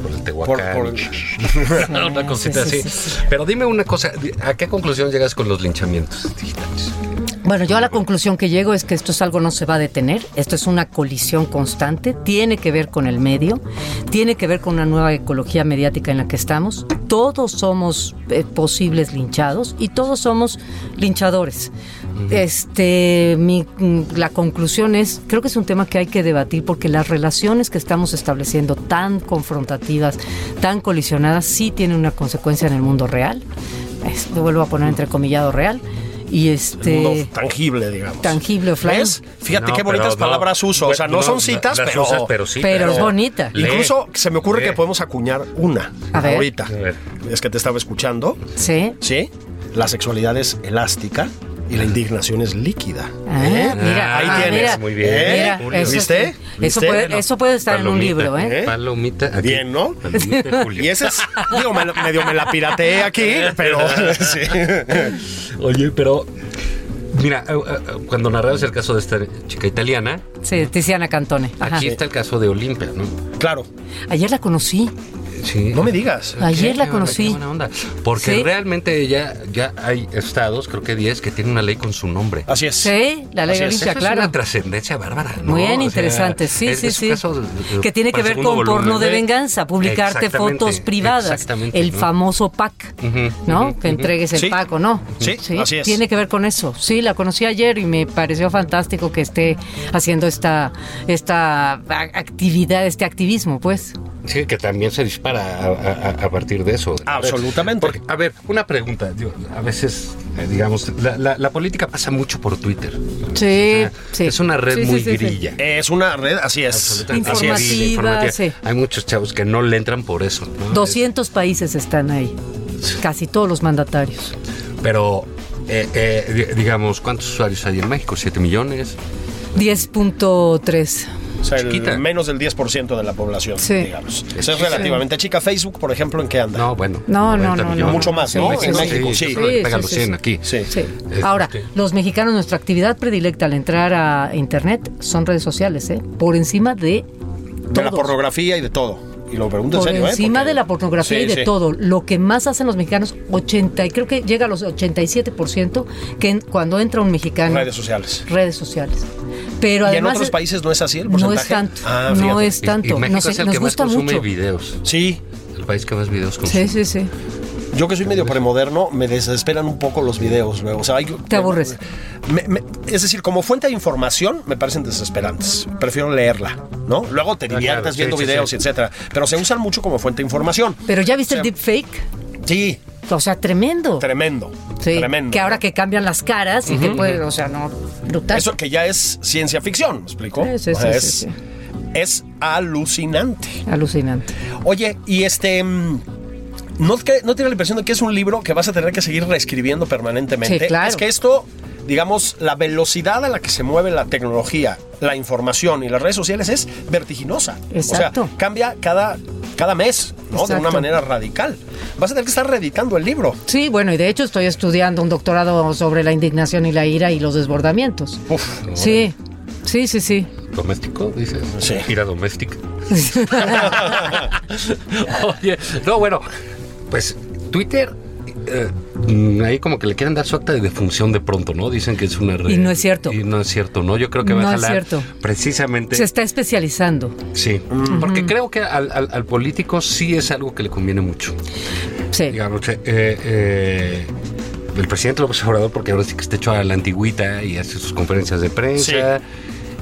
B: Por el Tehuacán.
A: Por- por-
B: y- una cosita
C: sí,
B: así.
C: sí, sí,
B: Pero dime una cosa, ¿a qué conclusión llegas con los linchamientos digitales?
C: Bueno, yo a la conclusión que llego es que esto es algo no se va a detener, esto es una colisión constante, tiene que ver con el medio, tiene que ver con una nueva ecología mediática en la que estamos, todos somos eh, posibles linchados y todos somos linchadores. Este, mi- mm, la conclusión es, creo que es un tema que hay que debatir porque las relaciones que estamos estableciendo tan confrontativas, tan colisionadas, sí tienen una consecuencia en el mundo real. Es- lo vuelvo a poner entrecomillado real. Y
A: El
C: este
A: mundo tangible, digamos.
C: tangible offline.
A: ¿Ves? Fíjate
B: No,
A: qué
B: pero
A: bonitas
B: no.
A: palabras uso. O sea, no,
B: Bueno,
A: son citas,
B: las
A: pero.
B: usas, pero sí,
C: pero es bonita.
B: Lee.
A: Incluso se me ocurre
B: Lee.
A: que podemos acuñar una
C: A ver.
A: ahorita.
B: A ver.
A: Es que te estaba escuchando.
C: Sí.
A: ¿Sí? La sexualidad es elástica y la
B: Ah.
A: indignación es líquida.
C: Ah,
A: ¿Eh?
C: mira,
A: Ahí
C: ah,
A: tienes.
C: mira.
B: Muy bien.
A: ¿Eh?
C: Mira,
B: Julio.
C: eso,
A: ¿Viste?
C: Eso,
A: ¿Viste?
C: puede, eso puede estar en un
B: Palomita,
C: libro, ¿eh?
B: Palomita. aquí.
A: Bien, ¿no?
B: Palomita, Julio.
A: Y ese es, digo, me, lo- medio me la pirateé aquí, pero sí.
B: Oye, pero. Mira, eh, eh, cuando narrabas el caso de esta chica italiana,
C: Sí, Tiziana Cantone. Ajá.
B: aquí está el caso de Olimpia, ¿no?
A: Claro,
C: Ayer la conocí.
B: Sí.
A: no me digas.
C: Ayer
B: Qué-
C: la
B: qué buena-
C: conocí.
B: qué buena onda. Porque
C: Sí.
B: realmente ya, ya hay estados, creo que 10, que tienen una ley con su nombre.
A: Así es.
C: Ah, Sí, la ley
A: Así
C: de
A: es.
C: Limpia,
B: Eso
C: claro.
B: Es una trascendencia bárbara. ¿no?
C: Muy bien,
B: O sea,
C: interesante. Sí,
B: es-
C: sí,
B: es un
C: sí.
B: caso de- de-
C: que tiene que
B: para
C: ver
B: segundo
C: con porno
B: volumen.
C: de venganza, publicarte
B: Exactamente,
C: fotos privadas,
B: exactamente,
C: el
B: ¿no?
C: famoso pack, ¿no? que entregues el
A: Sí.
C: pack o no.
A: Sí, así es.
C: Tiene que ver con eso. Sí, la conocí ayer y me pareció fantástico que esté haciendo esta, esta a- actividad, este activismo, pues.
B: Sí, que también se dispara a, a- a partir de eso.
A: Absolutamente.
B: Porque, a ver, una pregunta. digo, a veces, eh, digamos, la, la- la política pasa mucho por Twitter. O
C: Sí,
B: sea,
C: sí.
B: Es una red
C: Sí, sí,
B: muy
C: sí, sí.
B: grilla.
A: Es una red, así es.
B: Absolutamente. Así es.
C: Informativa,
B: Informativa.
C: sí.
B: Hay muchos chavos que no le entran por eso. ¿no?
C: 200 países están ahí. Casi todos los mandatarios.
B: Pero, eh, eh, di- digamos, ¿cuántos usuarios hay en México? ¿7 millones?
C: 10.3.
A: O sea, el
B: Chiquita.
A: menos del 10% de la población,
C: Sí.
A: digamos. O sea, es relativamente chica. Facebook, por ejemplo, ¿en qué anda?
B: No, bueno.
C: No, no,
B: 90
C: no, no.
B: millones.
A: Mucho más, ¿no? En México, sí.
B: yo creo que
C: Sí,
B: pegan
C: sí,
B: los
C: sí,
B: 100
C: sí.
B: aquí.
A: Sí.
C: Sí.
B: Este-
C: Ahora, los mexicanos, nuestra actividad predilecta al entrar a Internet son redes sociales, ¿eh? Por encima de
A: De la
C: todos.
A: pornografía y de todo. Y lo pregunto en
C: Por
A: serio, ¿eh?
C: encima
A: Porque-
C: de la pornografía
A: Sí,
C: y de
A: sí.
C: todo. Lo que más hacen los mexicanos, 80, y creo que llega a los 87%, que en- cuando entra un mexicano.
A: Redes sociales.
C: Redes sociales. Pero
A: ¿Y en
C: además.
A: otros países no es así el
C: No
A: porcentaje?
C: es tanto.
A: Ah,
C: no
A: fíjate.
C: es
B: Y- y
C: tanto.
B: México
C: Nos,
B: es el
C: nos
B: que más
C: gusta
B: consume
C: mucho.
B: videos.
A: Sí,
B: El país que más videos consume.
C: Sí, sí, sí.
A: yo que soy medio premoderno, me desesperan un poco los videos luego. O sea, hay-
C: Te aburres.
A: Me- me- es decir, como fuente de información me parecen desesperantes. Prefiero leerla, ¿no? Luego te
B: Ah, claro,
A: diviertes
B: sí,
A: viendo
B: sí,
A: videos,
B: sí.
A: etcétera. Pero se usan mucho como fuente de información.
C: Pero ya viste
A: O sea,
C: el deepfake.
A: Sí,
C: O sea, tremendo.
A: tremendo.
C: Sí,
A: Tremendo.
C: Que ahora que cambian las caras y que pueden, o sea, no, brutal.
A: Eso que ya es ciencia ficción, ¿me explico?
C: Sí, sí,
A: O sea,
C: sí,
A: es,
C: sí, sí.
A: es alucinante.
C: Alucinante.
A: Oye, y este. mm, ¿No, cre- no tiene la impresión de que es un libro que vas a tener que seguir reescribiendo permanentemente?
C: Sí, claro.
A: Es que esto, digamos, la velocidad a la que se mueve la tecnología, la información y las redes sociales es vertiginosa. O
C: Exacto.
A: sea, cambia cada, cada mes, ¿no? De una
C: Exacto.
A: manera radical. Vas a tener que estar reeditando el libro.
C: Sí, bueno, y de hecho estoy estudiando un doctorado sobre la indignación y la ira y los desbordamientos.
A: Uf.
C: Sí, sí, sí, sí.
B: ¿Doméstico? Dices.
A: Sí.
B: Gira doméstica. Oye, no, bueno, pues Twitter. eh, mm, ahí como que le quieren dar su acta de defunción de pronto, ¿no? Dicen que es una red.
C: Y no es cierto.
B: Y no es cierto, ¿no? Yo creo que va
C: No
B: a
C: es
B: jalar
C: cierto.
B: precisamente.
C: Se está especializando.
B: Sí. Porque creo que al, al- al político sí es algo que le conviene mucho.
C: Sí.
B: Digamos, que, eh, eh, el presidente López Obrador, porque ahora sí que está hecho a la antigüita y hace sus conferencias de prensa.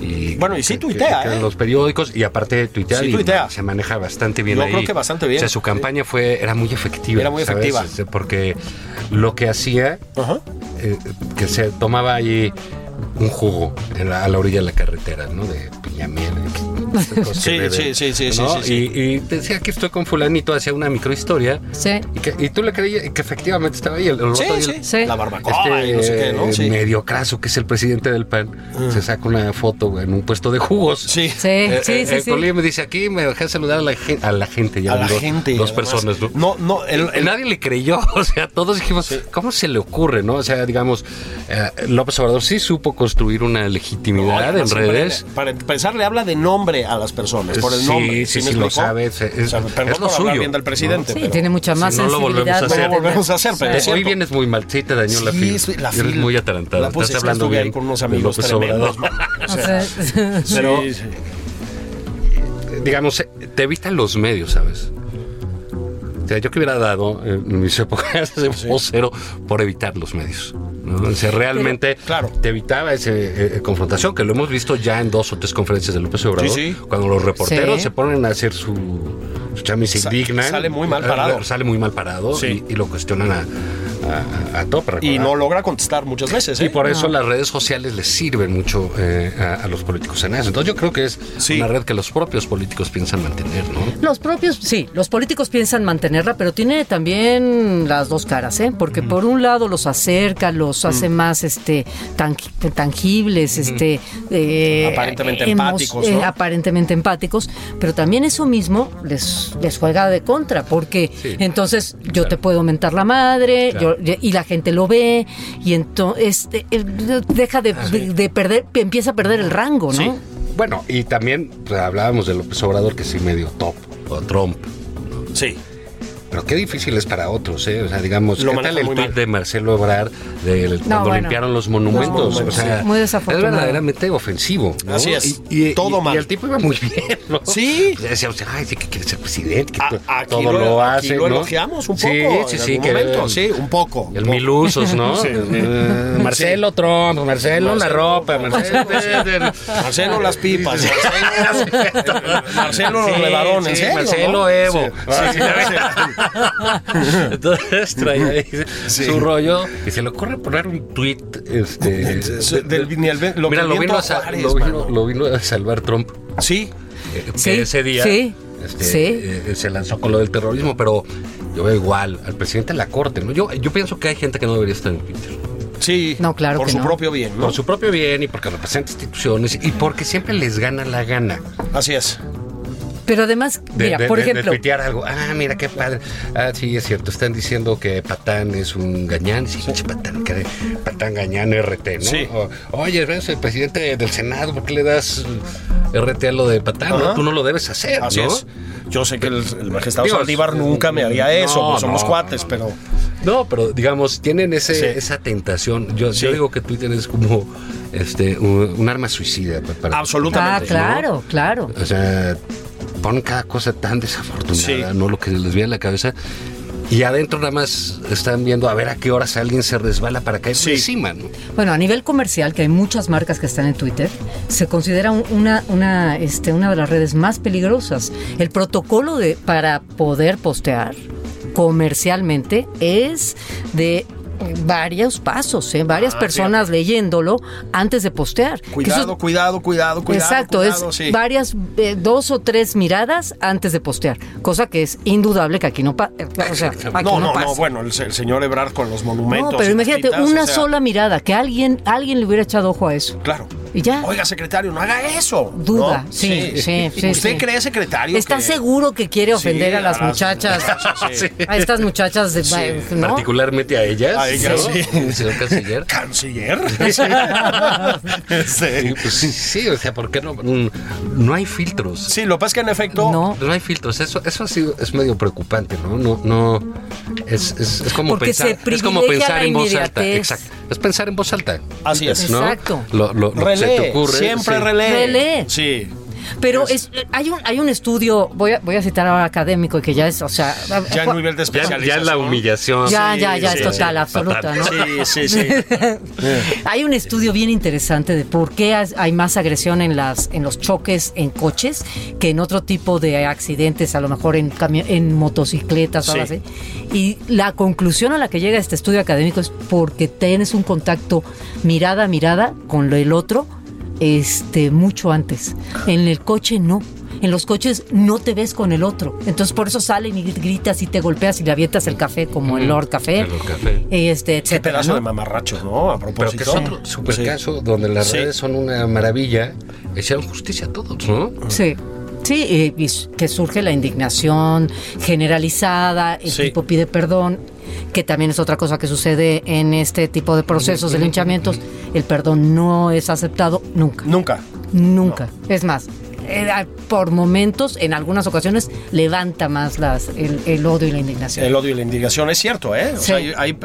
B: Y
A: Bueno, y sí
B: que-
A: tuitea,
B: que- que
A: ¿eh?
B: los periódicos, y aparte de tuitear,
A: Sí
B: y
A: tuitea.
B: se maneja bastante bien.
A: Yo
B: ahí.
A: creo que bastante bien.
B: O sea, su campaña fue, era muy efectiva.
A: Era muy
B: ¿sabes?
A: efectiva.
B: Este, Porque lo que hacía,
A: Ajá.
B: eh, que se tomaba ahí un jugo en la- a la orilla de la carretera, ¿no? De Benjamín.
A: Sí, sí, sí, sí, sí,
B: ¿no?
A: sí, sí.
B: Y, y te decía que estoy con fulanito, hacía una microhistoria.
C: Sí.
B: Y, que- y tú le creías que efectivamente estaba ahí. El, el
A: Sí,
B: otro día-
A: sí,
C: Sí.
A: La barbacoa
B: este,
A: y no sé qué, ¿no? Sí. Ah.
B: medio craso que es el presidente del PAN, se saca una foto güey, en un puesto de jugos.
A: Sí.
C: Sí,
B: Eh,
C: sí,
B: eh,
C: sí,
B: el
C: sí.
B: colega me dice aquí, me dejé saludar a la, gen- a la gente. ya
A: A la
B: dos-
A: gente. además.
B: Dos personas, ¿no?
A: No, no, el- el-
B: Nadie le creyó, o sea, todos dijimos, ¿cómo se le ocurre, no? O sea, digamos, eh, López Obrador sí supo construir una legitimidad
A: Oye,
B: en
A: siempre
B: redes.
A: le- Para empezar, le habla de nombre a las personas, por el
B: Sí,
A: nombre.
B: sí,
A: me
B: sí, lo
A: explicó?
B: sabe, es-
A: perdón
B: es- es lo
A: por hablar
B: suyo,
A: bien del presidente.
C: Sí,
A: pero-
C: tiene mucha más
B: Si no lo
C: sensibilidad.
B: volvemos a
C: para
B: hacer.
C: tener-
A: No lo volvemos a hacer, pero
B: Te-
A: es
B: Eh, hoy
A: cierto.
B: vienes muy mal, sí te dañó la
A: Sí,
B: fila.
A: sí, la
B: Eres
A: fila.
B: muy atarantado.
A: La puse,
B: Estás
A: es que
B: hablando
A: estuve ahí
B: bien
A: con unos
B: de
A: amigos
B: López
A: tremendos.
B: Obrador.
A: O
C: O
A: sea,
C: sea,
A: pero-
B: Sí, sí. digamos, eh, te evitan los medios, ¿sabes? O sea, yo que hubiera dado eh, en mis épocas de vocero por evitar los medios. ¿no? O sea, realmente
A: claro.
B: te evitaba esa confrontación, que lo hemos visto ya en dos o tres conferencias de López Obrador,
A: Sí, sí.
B: cuando los reporteros
C: Sí.
B: se ponen a hacer su, su chamba y se
A: Sa-
B: indignan.
A: sale muy mal
B: Eh,
A: parado.
B: Sale muy mal parado
A: Sí.
B: y, y lo cuestionan a, a, a tope.
A: Y
B: ¿verdad?
A: no logra contestar muchas veces. ¿eh?
B: Y por eso las redes sociales les sirven mucho eh, a, a los políticos en eso. Entonces yo creo que es
A: Sí.
B: una red que los propios políticos piensan mantener, ¿no?
C: Los propios, sí, los políticos piensan mantenerla, pero tiene también las dos caras, ¿eh? Porque por un lado los acerca, los hace más este tangi- tangibles, este eh,
A: Aparentemente
C: hemos-
A: empáticos,
C: eh,
A: ¿no?
C: aparentemente empáticos, pero también eso mismo les, les juega de contra, porque
B: Sí.
C: entonces yo te puedo mentar la madre,
B: Claro.
C: yo- y la gente lo ve, y entonces deja de, de- de perder, empieza a perder el rango, ¿no?
B: Sí. Bueno, y también pues, hablábamos de López Obrador, que sí medio top, o Trump.
A: Sí.
B: Pero qué difícil es para otros, ¿eh? O sea, digamos,
A: Lo
B: ¿qué
A: maneja
B: tal el
A: muy
B: tuit
A: mal.
B: de Marcelo Ebrard de el- cuando
C: bueno.
B: limpiaron los monumentos?
A: Los monumentos,
B: o sea,
C: sí. Muy
B: es
C: desafortunado.
B: verdaderamente ofensivo. ¿no?
A: Así es.
B: Y, y-
A: Todo
B: y-
A: mal.
B: Y el tipo iba muy bien, ¿no?
A: Sí.
B: O sea, decía, o sea, ay, sí que quiere ser presidente, que
A: A-
B: to-
A: aquí
B: todo
A: lo-
B: lo,
A: aquí
B: hace,
A: lo
B: ¿no?
A: elogiamos un
B: Sí,
A: poco
B: sí,
A: en
B: sí,
A: algún
B: que era
A: momento,
B: el-
A: sí, un poco, un
B: El
A: poco.
B: milusos, ¿no? Eh, Marcelo Trump, Marcelo, la ropa, Marcelo...
A: Marcelo las pipas, Marcelo, Marcelo los
B: Sí,
A: levarones,
B: sí,
A: ¿eh?
B: Marcelo
A: ¿no?
B: Evo. Ah,
A: Sí.
B: Sí, Entonces traía ahí su rollo y se le ocurre poner un tweet este
A: Sí. Del- ni el ven- lo
B: Mira,
A: que
B: lo
A: viento
B: vino,
A: a
B: a sa-
A: Juárez,
B: lo, vino,
A: mano.
B: lo vino a salvar Trump
A: Sí,
B: eh, que
C: Sí,
B: ese día
C: sí,
B: este,
C: sí.
B: eh, se lanzó con lo del terrorismo, pero yo veo igual al presidente de la corte, ¿no? Yo, yo pienso que hay gente que no debería estar en Twitter.
A: sí.
C: No, claro
A: Por
C: que
A: su
C: no.
A: propio bien, ¿no?
B: Por su propio bien y porque representa instituciones y porque siempre les gana la gana.
A: Así es.
C: Pero además,
B: De,
C: mira,
B: de-
C: por
B: de- de
C: ejemplo,
B: tuitear algo. Ah, mira qué padre. Ah, sí, es cierto. Están diciendo que Patán es un gañán. Sí, pinche Patán, que- Patán gañán RT, ¿no?
A: Sí.
B: O, Oye, eres el presidente del Senado, ¿por qué le das eh, RT a lo de Patán? No,
A: Ajá.
B: Tú no lo debes hacer,
A: Así
B: ¿no?
A: es. Yo sé que el, el magistrado
B: Digo,
A: Saldívar
B: es-
A: nunca me haría eso,
B: no,
A: pues somos
B: no,
A: cuates,
B: no,
A: pero.
B: No, pero digamos, tienen ese,
A: Sí.
B: esa tentación. Yo,
A: Sí.
B: yo digo que Twitter es como este un, un arma suicida. pa- Para,
C: ah,
A: Absolutamente.
C: claro, claro.
B: O sea, ponen cada cosa tan desafortunada,
A: Sí.
B: ¿no? Lo que les viene a la cabeza. Y adentro nada más están viendo a ver a qué horas alguien se resbala para caer
A: Sí.
B: encima, ¿no?
C: Bueno, a nivel comercial, que hay muchas marcas que están en Twitter, se considera un- una, una, este, una de las redes más peligrosas. El protocolo de, para poder postear comercialmente es de eh, varios pasos, ¿eh? varias personas leyéndolo antes de postear. Que
A: Ah,
C: eso-
A: Cuidado, cuidado, cuidado, cuidado.
C: Exacto,
A: cuidado,
C: es
A: sí.
C: varias, eh, dos o tres miradas antes de postear, cosa que es indudable que aquí no pasa. O sea, aquí
A: No,
C: no,
A: no,
C: pasa.
A: no, bueno, el, el señor Ebrard con los monumentos.
C: No, pero
A: y
C: imagínate,
A: las pitas,
C: una
A: o sea,
C: sola mirada, que alguien, alguien le hubiera echado ojo a eso.
A: Claro.
C: Y ya.
A: Oiga, secretario, no haga eso.
C: Duda,
A: ¿no?
C: sí, sí, sí,
A: ¿Usted
C: sí.
A: cree, secretario?
C: ¿Estás
A: que-
C: seguro que quiere ofender
A: Sí,
C: a las
A: a las-
C: muchachas?
A: Sí.
C: A estas muchachas de ¿no?
B: Particularmente a ellas.
A: A ellas,
B: ¿no?
A: sí.
B: Señor canciller.
A: ¿Canciller?
B: Sí,
A: sí.
B: pues, sí, o sea, ¿por qué no? Mm, No hay filtros.
A: Sí, lo que pasa es que en efecto.
C: No.
B: No hay filtros, eso, eso ha sido, es medio preocupante, ¿no? No, no, es, es, es como
C: Porque
B: pensar,
C: se
B: es como
C: privilegia
B: pensar
C: la
B: en voz alta.
C: inmediatez.
B: Exacto. Es pensar en voz alta.
A: Así es.
B: ¿no?
C: Exacto.
B: Lo, lo- lo que se
A: Relé,
B: te ocurre.
A: siempre
B: sí.
A: relé.
C: Relé.
A: Sí.
C: Pero es, eh, hay, un, hay un estudio, voy a, voy a citar ahora académico, que ya es, o sea... eh,
A: Ya en nivel de
B: Ya, ya
A: especialización.
B: la humillación.
C: Ya,
A: Sí,
C: ya, ya,
A: sí,
C: es total,
B: sí.
C: absoluta, ¿no?
A: Sí, sí, sí.
C: Hay un estudio bien interesante de por qué has- hay más agresión en las en los choques en coches que en otro tipo de accidentes, a lo mejor en camio- en motocicletas o algo
A: Sí.
C: así. Y la conclusión a la que llega este estudio académico es porque tienes un contacto mirada a mirada con lo- el otro este, mucho antes. En el coche no. En los coches no te ves con el otro. Entonces por eso salen y gritas y te golpeas y le avientas el café como el Lord Café.
B: El Lord Café.
C: Este,
A: Qué
C: etcétera,
A: pedazo
C: ¿no?
A: de mamarrachos, ¿no? A
B: Pero que
A: propósito.
B: es otro super caso donde las
A: Sí.
B: redes son una maravilla. Hicieron justicia a todos, ¿no?
C: Sí. Sí, eh, y s- que surge la indignación generalizada, el
A: Sí.
C: tipo pide perdón, que también es otra cosa que sucede en este tipo de procesos de linchamientos. El perdón no es aceptado nunca,
A: Nunca.
C: nunca. Es más, eh, a- por momentos, en algunas ocasiones, levanta más las, el, el odio y la indignación.
A: El odio y la indignación es cierto, ¿eh? O
C: Sí.
A: sea, hay- hay-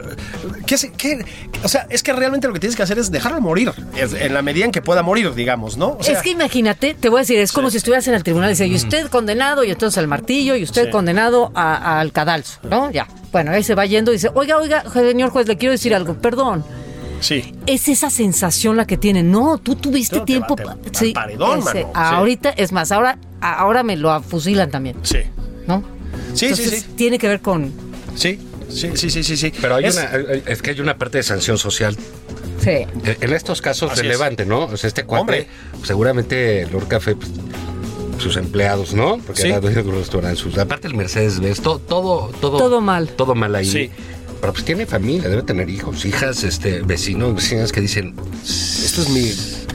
A: ¿qué se- qué- o sea, es que realmente lo que tienes que hacer es dejarlo morir, es- en la medida en que pueda morir, digamos, ¿no? O sea,
C: es que imagínate, te voy a decir, es como si estuvieras en el tribunal y dice, y usted condenado, y entonces al martillo, y usted condenado a- al cadalso, ¿no? Ya. Bueno, ahí se va yendo y dice, oiga, oiga, señor juez, le quiero decir algo, perdón.
A: sí.
C: Es esa sensación la que tiene. No, tú tuviste
A: Tú te
C: tiempo.
A: va-
C: pa-
A: te- al paredón, mano, sí.
C: Ahorita, es más, ahora, ahora me lo afusilan también,
A: Sí.
C: ¿no?
A: Sí,
C: Entonces,
A: sí, sí.
C: Tiene que ver con.
A: Sí, sí, sí, sí, sí, sí.
B: Pero hay
A: Es-
B: una, hay- es que hay una parte de sanción social
C: Sí.
B: Eh, En estos casos
A: Así
B: relevante, ¿no? O sea, este cuate,
A: Hombre.
B: pues, seguramente el Café, sus empleados, ¿no? Porque
A: Sí.
B: era dueño de un restaurante. sus- aparte el Mercedes Benz, todo, todo, todo,
C: Todo mal.
B: Todo mal ahí.
A: Sí.
B: Pero pues tiene familia, debe tener hijos, hijas, este, vecinos, vecinas que dicen.
A: Esto es mi.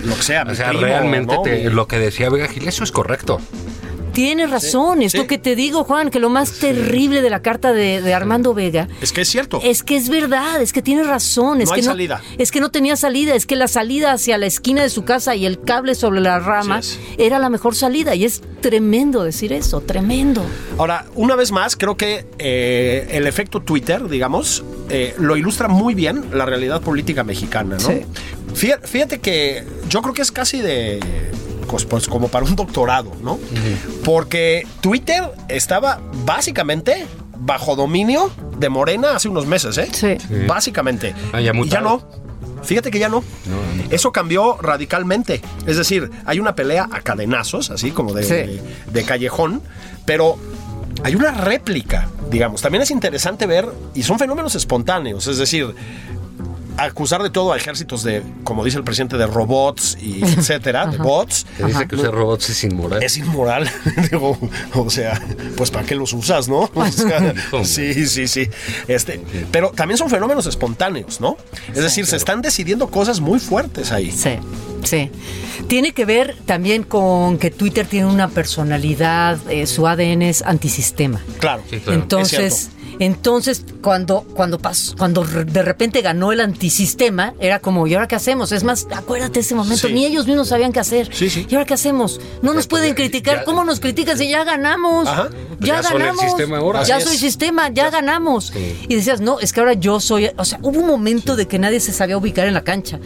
A: Lo que sea, mi
B: O sea,
A: primo,
B: realmente
A: ¿no?
B: te-
A: Mi-
B: lo que decía Vega Gil, eso es correcto.
C: Tienes razón, es
A: sí.
C: lo que te digo, Juan, que lo más terrible de la carta de, de Armando Vega
A: Es que es cierto.
C: es que es verdad, es que tienes razón, es
A: No
C: que
A: hay
C: no
A: salida.
C: es que no tenía salida, es que la salida hacia la esquina de su casa y el cable sobre la rama
A: Así
C: era la mejor salida y es tremendo decir eso, tremendo.
A: Ahora, una vez más, creo que eh, el efecto Twitter, digamos, eh, lo ilustra muy bien la realidad política mexicana, ¿no?
C: Sí.
A: Fía- Fíjate, que yo creo que es casi de. pues, pues, como para un doctorado, ¿no? Porque Twitter estaba básicamente bajo dominio de Morena hace unos meses, ¿eh?
C: Sí.
A: Básicamente.
B: Ah, ya
A: y ya
B: mutado.
A: no. Fíjate que ya no. Eso cambió radicalmente. Es decir, hay una pelea a cadenazos, así como de,
C: Sí.
A: de- de callejón, pero hay una réplica, digamos. También es interesante ver, y son fenómenos espontáneos, es decir, acusar de todo a ejércitos de, como dice el presidente, de robots y etcétera, de bots.
B: Que dice que usar robots es inmoral.
A: Es inmoral, digo, o sea, pues para qué los usas, ¿no? O sea, sí, sí, sí. Este, pero también son fenómenos espontáneos, ¿no? Es decir, se están decidiendo cosas muy fuertes ahí.
C: Sí, sí. Tiene que ver también con que Twitter tiene una personalidad, eh, su ADN es antisistema.
A: Claro.
B: Sí, claro.
C: Entonces, entonces cuando cuando pas- cuando re- de repente ganó el antisistema, era como, ¿y ahora qué hacemos? Es más, acuérdate ese momento,
A: Sí.
C: ni ellos mismos sabían qué hacer.
A: Sí, sí.
C: ¿Y ahora qué hacemos? No nos pueden criticar,
B: ya-
C: ¿cómo nos critican si ya ganamos?
A: Ajá.
B: Pues
C: Ya,
B: ya son el
C: ganamos.
B: sistema ahora.
C: Ya
A: Así
C: soy
A: es.
C: sistema, ya, ganamos. Y decías, "No, es que ahora yo soy, o sea, hubo un momento de que nadie se sabía ubicar en la cancha."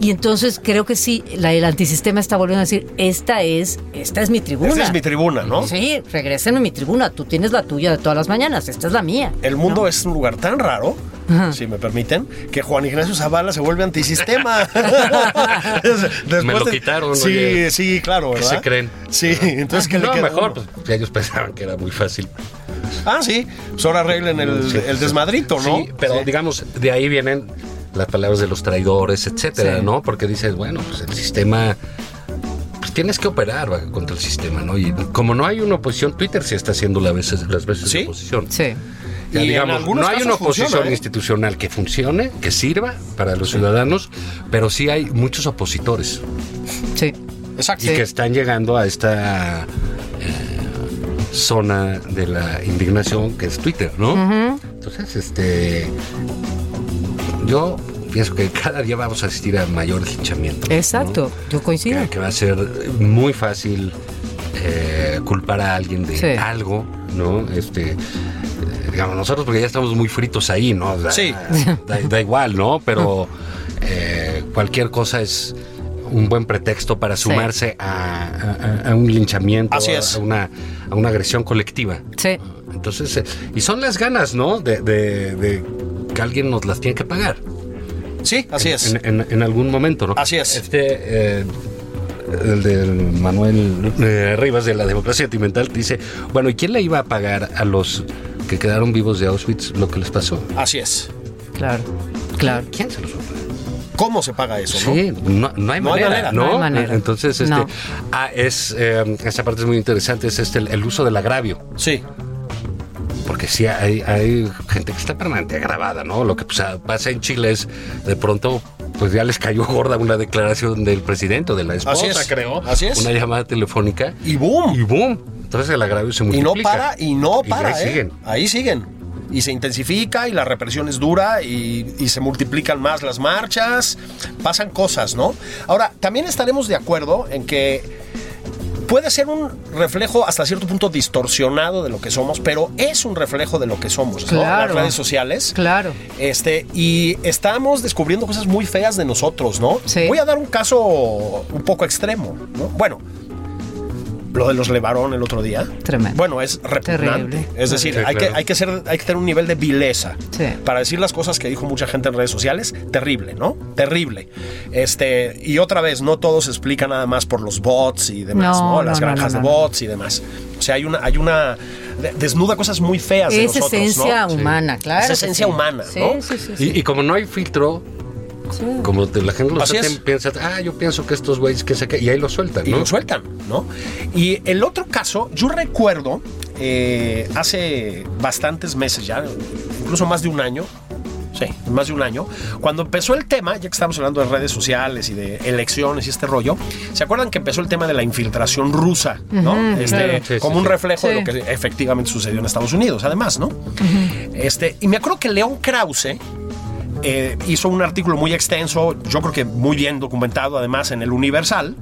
C: Y entonces creo que sí, la, el antisistema está volviendo a decir, "Esta es, esta es mi tribuna."
A: Esta es mi tribuna, ¿no?
C: Sí, regresen a mi tribuna. Tú tienes la tuya de todas las mañanas. Esta es la mía.
A: El mundo es un lugar tan raro, si me permiten, que Juan Ignacio Zavala se vuelve antisistema. Después
B: Me lo
A: de-
B: quitaron,
A: Sí,
B: oye.
A: sí, claro,
B: ¿Qué
A: ¿verdad?
B: se creen?
A: Sí, entonces ¿qué le
B: no,
A: queda a
B: mejor,
A: uno?
B: pues ya ellos pensaban que era muy fácil.
A: Ah, sí. Pues ahora arreglen el,
B: Sí,
A: el
B: sí.
A: desmadrito, ¿no?
B: Sí, pero digamos, de ahí vienen las palabras de los traidores, etcétera,
C: Sí.
B: ¿no? Porque dices, bueno, pues el sistema. Pues tienes que operar va, contra el sistema, ¿no? Y como no hay una oposición, Twitter sí está haciendo las veces, las veces
A: Sí.
B: de oposición.
C: Sí.
B: Ya,
A: Y en
B: digamos,
A: algunos
B: no hay
A: casos
B: una oposición
A: funciona, ¿eh?
B: institucional que funcione, que sirva para los ciudadanos, pero sí hay muchos opositores
C: Sí.
A: Exacto.
B: y que están llegando a esta eh, zona de la indignación que es Twitter, ¿no? Entonces, este, yo pienso que cada día vamos a asistir a mayor linchamiento.
C: Exacto. Yo coincido.
B: Que, que va a ser muy fácil eh, culpar a alguien de
C: Sí.
B: algo, ¿no? Este, eh, digamos, nosotros porque ya estamos muy fritos ahí, ¿no? Da,
A: Sí.
B: Da, da igual, ¿no? Pero eh, cualquier cosa es un buen pretexto para sumarse a, a- a- a un linchamiento,
A: Así
B: a-
A: es.
B: A, una, a una agresión colectiva.
C: Sí.
B: Entonces, eh, y son las ganas, ¿no? De, de- de que alguien nos las tiene que pagar
A: Sí, así es.
B: en, en- en algún momento, ¿no?
A: Así es.
B: Este, eh, el de Manuel eh, Rivas de la Democracia Sentimental dice, bueno, ¿y quién le iba a pagar a los que quedaron vivos de Auschwitz lo que les pasó?
A: Así es.
C: Claro. Claro.
B: ¿Quién se los va a pagar?
A: ¿Cómo se paga eso? no?
B: Sí, no, no hay
A: No hay
B: manera.
A: manera.
B: ¿no?
C: No hay manera.
B: Entonces, este,
C: No.
B: ah, es, eh, esta parte es muy interesante, es este, el, el uso del agravio.
A: Sí.
B: Porque sí, hay, hay gente que está permanente agravada, ¿no? Lo que pues, ah, pasa en Chile es, de pronto, pues ya les cayó gorda una declaración del presidente o de la
A: Así
B: esposa,
A: es,
B: creo.
A: así es.
B: Una llamada telefónica.
A: Y boom.
B: Y boom. Entonces el agravio se
A: Y no
B: multiplica.
A: para, y no
B: Y
A: para,
B: ahí
A: ¿eh?
B: siguen.
A: Ahí siguen. Y se intensifica y la represión es dura y, y se multiplican más las marchas. Pasan cosas, ¿no? Ahora, también estaremos de acuerdo en que puede ser un reflejo hasta cierto punto distorsionado de lo que somos, pero es un reflejo de lo que somos, ¿no?
C: Claro.
A: Las redes sociales.
C: Claro.
A: Este, y estamos descubriendo cosas muy feas de nosotros, ¿no?
C: Sí.
A: Voy a dar un caso un poco extremo, ¿no? Bueno, lo de los Levarón el otro día.
C: Tremendo.
A: Bueno, es repugnante.
C: Terrible.
A: Es decir,
B: Sí,
A: hay, que,
B: claro.
A: hay, que ser, hay que tener un nivel de vileza.
C: Sí.
A: Para decir las cosas que dijo mucha gente en redes sociales, terrible, ¿no? Terrible. Este, y otra vez, no todo se explica nada más por los bots y demás, ¿no?
C: No,
A: Las
C: no, no,
A: granjas
C: no,
A: de
C: no.
A: bots y demás. O sea, hay una, hay una. de- Desnuda cosas muy feas de
C: Es
A: nosotros. ¿no?
C: esencia humana, claro.
A: Es
C: que
A: esencia
C: sí.
A: humana,
C: Sí,
A: ¿no?
C: sí, sí, sí.
B: Y, y como no hay filtro, como te- la gente lo
A: Así
B: suelta,
A: es.
B: piensa, ah, yo pienso que estos güeyes, que se y ahí lo sueltan,
A: y
B: ¿no?
A: lo sueltan, ¿no? Y el otro caso, yo recuerdo eh, hace bastantes meses ya, incluso más de un año, sí, más de un año, cuando empezó el tema, ya que estamos hablando de redes sociales y de elecciones y este rollo, ¿se acuerdan que empezó el tema de la infiltración rusa, ¿no? Este,
B: claro. Sí, sí,
A: como un
B: sí.
A: reflejo de lo
C: Sí.
A: que efectivamente sucedió en Estados Unidos, además, ¿no? este, y me acuerdo que León Krause, eh, hizo un artículo muy extenso, yo creo que muy bien documentado además en el Universal,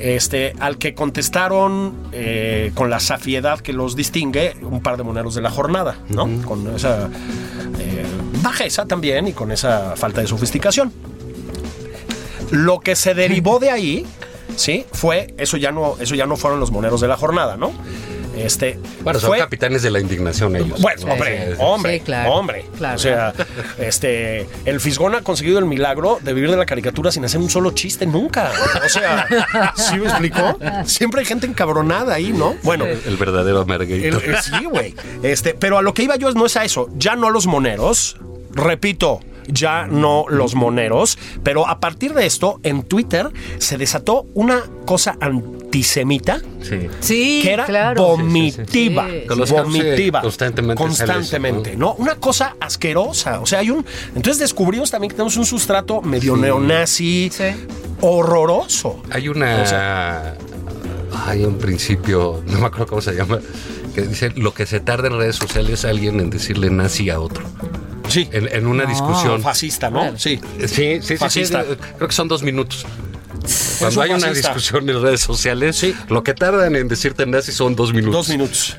A: este, al que contestaron eh, con la safiedad que los distingue un par de moneros de la jornada, ¿no? Con esa eh, bajeza también y con esa falta de sofisticación. Lo que se derivó de ahí, ¿sí? Fue, eso ya no, eso ya no fueron los moneros de la jornada, ¿no? Este,
B: Bueno, son
A: fue-
B: capitanes de la indignación ellos.
A: bueno,
B: ¿no?
A: hombre,
B: Sí, sí.
A: hombre,
C: Sí, claro,
A: hombre.
C: claro.
A: O sea, este, el Fisgón ha conseguido el milagro de vivir de la caricatura sin hacer un solo chiste nunca. O sea, ¿sí me explicó? Siempre hay gente encabronada ahí, ¿no? Bueno,
B: El verdadero amarguito.
A: el- el- Eh, sí, güey. Este, pero a lo que iba yo es- no es a eso. Ya no a los moneros. Repito, ya no los moneros. Pero a partir de esto, en Twitter se desató una cosa antisemita
B: Sí.
C: Sí,
A: que era
C: claro.
A: vomitiva,
C: Sí, sí.
B: Con los
A: vomitiva,
B: que constantemente
A: constantemente,
B: sale eso,
A: ¿no? Una cosa asquerosa, o sea, hay un, entonces descubrimos también que tenemos un sustrato medio neonazi,
C: Sí.
A: horroroso.
B: Hay una.
A: O
B: hay un principio, no me acuerdo cómo se llama, que dice: lo que se tarda en redes sociales alguien en decirle nazi a otro.
A: Sí,
B: En, en una discusión.
A: fascista, ¿no? Sí.
B: Sí, sí, sí, sí,
A: Fascista.
B: Creo que son dos minutos. Cuando
A: un
B: hay una
A: fascista.
B: discusión en redes sociales,
A: Sí.
B: lo que tardan en decirte nazi son dos minutos.
A: Dos minutos.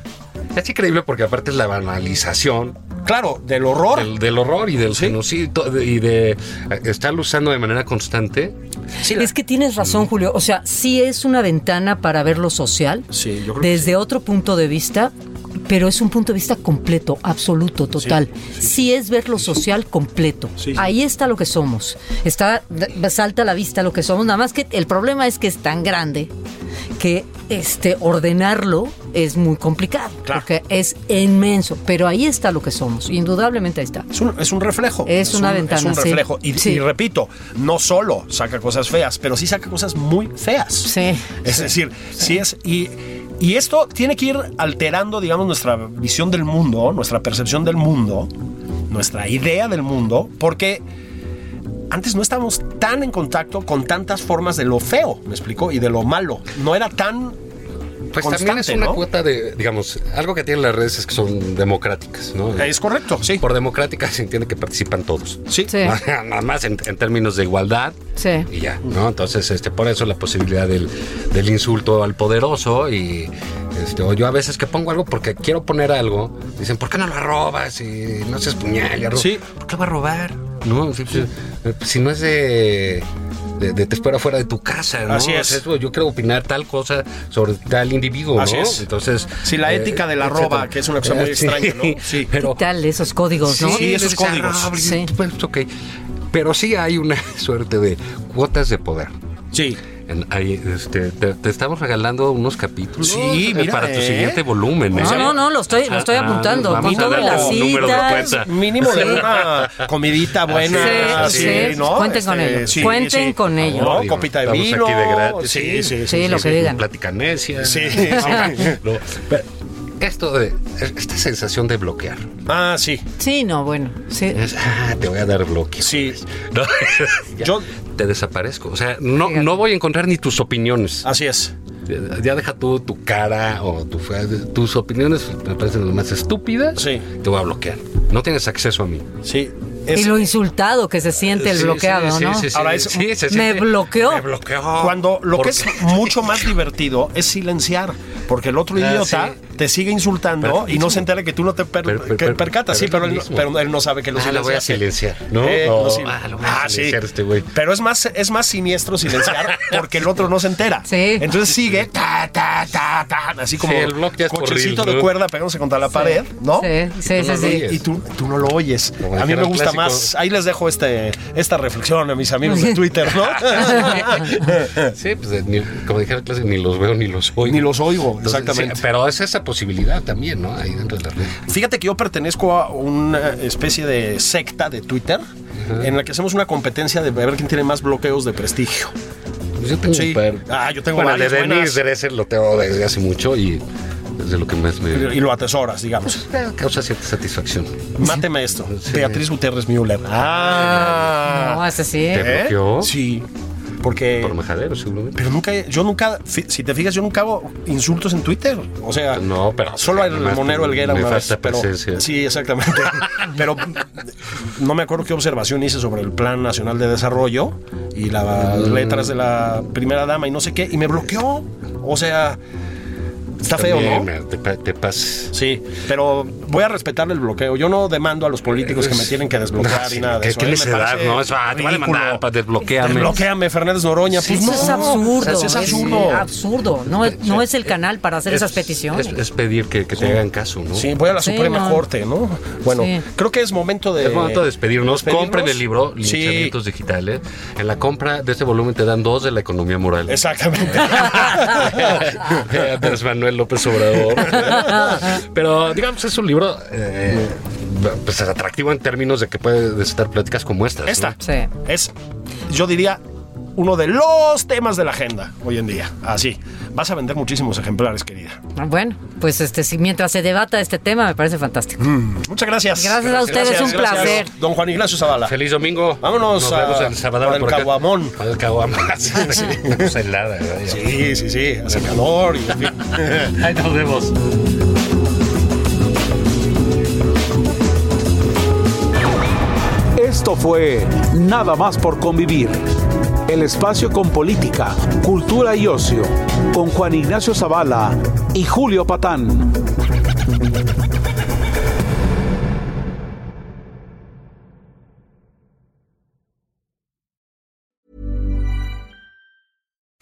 B: Es increíble porque aparte es la banalización
A: Claro, del horror.
B: del, del horror y del
A: Sí.
B: genocidio de- y de eh, estarlo usando de manera constante.
A: Sí,
C: Es que tienes razón, Julio. O sea, sí es una ventana para ver lo social
A: Sí, yo creo que
C: desde otro punto de vista, pero es un punto de vista completo, absoluto, total. Sí, es ver lo social completo. Ahí está lo que somos. Está salta a la vista lo que somos. Nada más que el problema es que es tan grande que este ordenarlo es muy complicado
A: Claro.
C: porque es inmenso. Pero ahí está lo que somos. Indudablemente ahí está.
A: Es un, es un reflejo.
C: Es una
A: un-
C: ventana,
A: Es un
C: sí.
A: reflejo. Y,
C: Sí.
A: y repito, no solo saca cosas feas, pero sí saca cosas muy feas.
C: Sí.
A: Es decir, sí es. Y, y esto tiene que ir alterando, digamos, nuestra visión del mundo, nuestra percepción del mundo, nuestra idea del mundo, porque antes no estábamos tan en contacto con tantas formas de lo feo, ¿me explico? Y de lo malo. No era tan.
B: Pues también
A: constante,
B: es una
A: ¿no?
B: cuota de, digamos, algo que tienen las redes es que son democráticas, ¿no?
A: Es correcto, sí.
B: Por democrática se entiende que participan todos.
A: Sí.
C: Sí.
B: Nada más en, en términos de igualdad.
C: Sí.
B: Y ya, ¿no? Entonces, este, por eso la posibilidad del, del insulto al poderoso y este, o yo a veces que pongo algo porque quiero poner algo, dicen, ¿por qué no lo robas? Y no seas puñal, y arro-
A: Sí.
B: ¿por qué lo va a robar? No, si, si- si no es de, de- de te espero afuera de tu casa, ¿no?
A: Así es.
B: O sea, yo quiero opinar tal cosa sobre tal individuo,
A: Así
B: ¿no?
A: es.
B: Entonces. eh,
A: Sí, la ética de la
B: etcétera.
A: roba, que es una cosa muy
B: Eh, sí.
A: extraña, ¿no? Sí.
B: Pero,
C: ¿Qué tal esos códigos, no?
A: Sí, esos
B: les decía,
A: códigos.
B: "Ah, pues,
C: Sí.
B: pues, ok". Pero sí hay una suerte de cuotas de poder.
A: Sí.
B: En en- ahí, este, te, te estamos regalando unos capítulos
A: Sí,
B: eh,
A: mira,
B: para tu
A: eh.
B: siguiente volumen.
C: No,
B: ¿eh? Ah,
C: no, no, lo estoy- lo estoy apuntando,
B: vamos a
C: con todo
B: dar
C: y las
B: el número de
C: citas.
B: cuenta.
A: Mínimo de una comidita buena. Este,
C: Sí, sí. Cuenten con ello. Cuenten con ello.
A: No, Oh, copita de
B: Estamos
A: vino.
B: aquí de gratis.
A: Sí, sí, sí.
C: Sí, lo que digan.
B: Plática necia.
A: Sí, sí.
B: No, pero esto de, esta sensación de bloquear.
A: Ah, sí.
C: Sí, no, bueno.
A: Eh,
C: Sí.
B: Es, ah, te voy a dar bloque. pues.
A: Sí.
B: No, ya
A: Yo-
B: te desaparezco. O sea, no, no voy a encontrar ni tus opiniones.
A: Así es.
B: Ya deja tú tu cara o tu fa- tus opiniones me parecen las más estúpidas.
A: Sí.
B: Te voy a bloquear. No tienes acceso a mí.
A: Sí.
C: Y
A: Es
C: lo insultado que se siente el
B: Sí,
C: bloqueado,
B: sí, sí,
C: ¿no?
B: sí, sí.
A: Ahora es-
B: Sí, se
C: me
B: siente-
C: bloqueó.
B: Me bloqueó.
A: cuando lo
B: Ah, ¿Por
A: que es
B: qué?
A: mucho más divertido es silenciar, porque el otro
B: Ah,
A: idiota
B: sí.
A: te sigue insultando
B: Pero-
A: y no se entera que tú no te per-
B: Pero- pero-
A: que
B: pero-
A: percatas, sí,
B: pero
A: pero
B: es
A: él,
B: lo
A: no-
B: mismo.
A: pero él no sabe que lo
B: Ah, lo voy a
A: silenciaste.
B: silenciar, ¿no?
A: Eh,
B: No.
A: sí.
B: Ah, lo voy a
A: sí.
B: silenciar este güey.
A: Pero es más, es más siniestro silenciar porque el otro no se entera.
C: Sí.
A: Entonces sigue ta, ta, ta, ta, así como
B: Sí, el bloque ya es por
A: cochecito
B: reel,
A: de
B: ¿no?
A: cuerda pegándose contra la pared, ¿no?
C: Sí, sí,
B: Y tú no lo
C: sí. sí.
B: oyes.
A: Y tú, tú no lo oyes.
B: Como
A: a mí
B: dijera
A: me
B: el
A: gusta
B: clásico.
A: más. Ahí les dejo este, esta reflexión a mis amigos de Twitter, ¿no?
B: Sí, pues eh, ni- como dije en la clase, ni los veo ni los oigo.
A: Ni los oigo,
B: Entonces,
A: exactamente.
B: sí, pero es esa posibilidad también, ¿no? Ahí dentro de la red.
A: Fíjate que yo pertenezco a una especie de secta de Twitter en la que hacemos una competencia de ver quién tiene más bloqueos de prestigio.
B: Pues yo tengo
A: Sí.
B: un par.
A: Ah, yo tengo
B: bueno,
A: varias
B: de
A: buenas.
B: Denis Dresser lo tengo desde hace mucho y es de lo que más me
A: Y lo atesoras, digamos.
B: eh, causa cierta satisfacción.
A: Máteme esto.
B: Sí.
A: Beatriz Gutiérrez Müller. Ah.
C: No, ese sí.
B: Te
C: ¿eh?
B: bloqueó
A: Sí. Porque.
B: por majadero, seguramente.
A: Pero nunca, yo nunca, fi- si te fijas, yo nunca hago insultos en Twitter. O sea,
B: No, pero-
A: solo el
B: además,
A: monero Elguera una vez.
B: nefasta
A: Pero,
B: presencia.
A: sí, exactamente. pero no me acuerdo qué observación hice sobre el Plan Nacional de Desarrollo y las
B: Mm.
A: letras de la primera dama y no sé qué, y me bloqueó. O sea, está feo, ¿no?
B: También, Te, pa- te pasas.
A: Sí, pero voy a respetarle el bloqueo. Yo no demando a los políticos que me tienen que desbloquear
B: No, sí,
A: y nada de
B: qué-
A: eso.
B: qué
A: ¿eh? Me
B: necedad,
A: parece
B: ¿no? Eso, ah, te van a
A: ridículo.
B: mandar para desbloquearme.
A: Desbloquéame, Fernández Noroña. Pues
C: Eso
A: no,
C: es absurdo.
A: eso es absurdo.
C: Es absurdo. No, es, no es el canal para hacer esas
B: Es-
C: peticiones.
B: Es, es pedir que, que te hagan caso, ¿no?
A: Sí, pues, voy a la
C: Sí,
A: Suprema
C: no.
A: Corte, ¿no? Bueno,
C: Sí.
A: creo que es momento de.
B: Es momento de despedirnos.
A: eh, despedirnos.
B: Compren el libro
A: Sí,
B: Linchamientos Digitales. En la compra de este volumen te dan dos de la economía moral.
A: exactamente.
B: Andrés Manuel López Obrador. Pero digamos, es un libro eh, pues, atractivo en términos de que puedes estar pláticas como estas. ¿no?
A: Esta
C: Sí.
A: es, yo diría, uno de los temas de la agenda hoy en día. Así. Vas a vender muchísimos ejemplares, querida.
C: Bueno, pues este, si mientras se debata este tema, me parece fantástico.
A: Muchas gracias.
C: Gracias a ustedes, un placer.
A: Don Juan Ignacio Zavala.
B: Feliz domingo.
A: Ah. Vámonos
B: Nos
A: a-
B: vemos el sábado
A: por el
B: acá.
A: Caguamón.
B: Por el caguamón. Sí, sí. Una cosa helada, vaya.
A: Sí, sí, sí. Hace calor y en fin.
B: Ahí nos vemos.
E: Esto fue Nada más por convivir. El espacio con política, cultura y ocio, con Juan Ignacio Zavala y Julio Patán.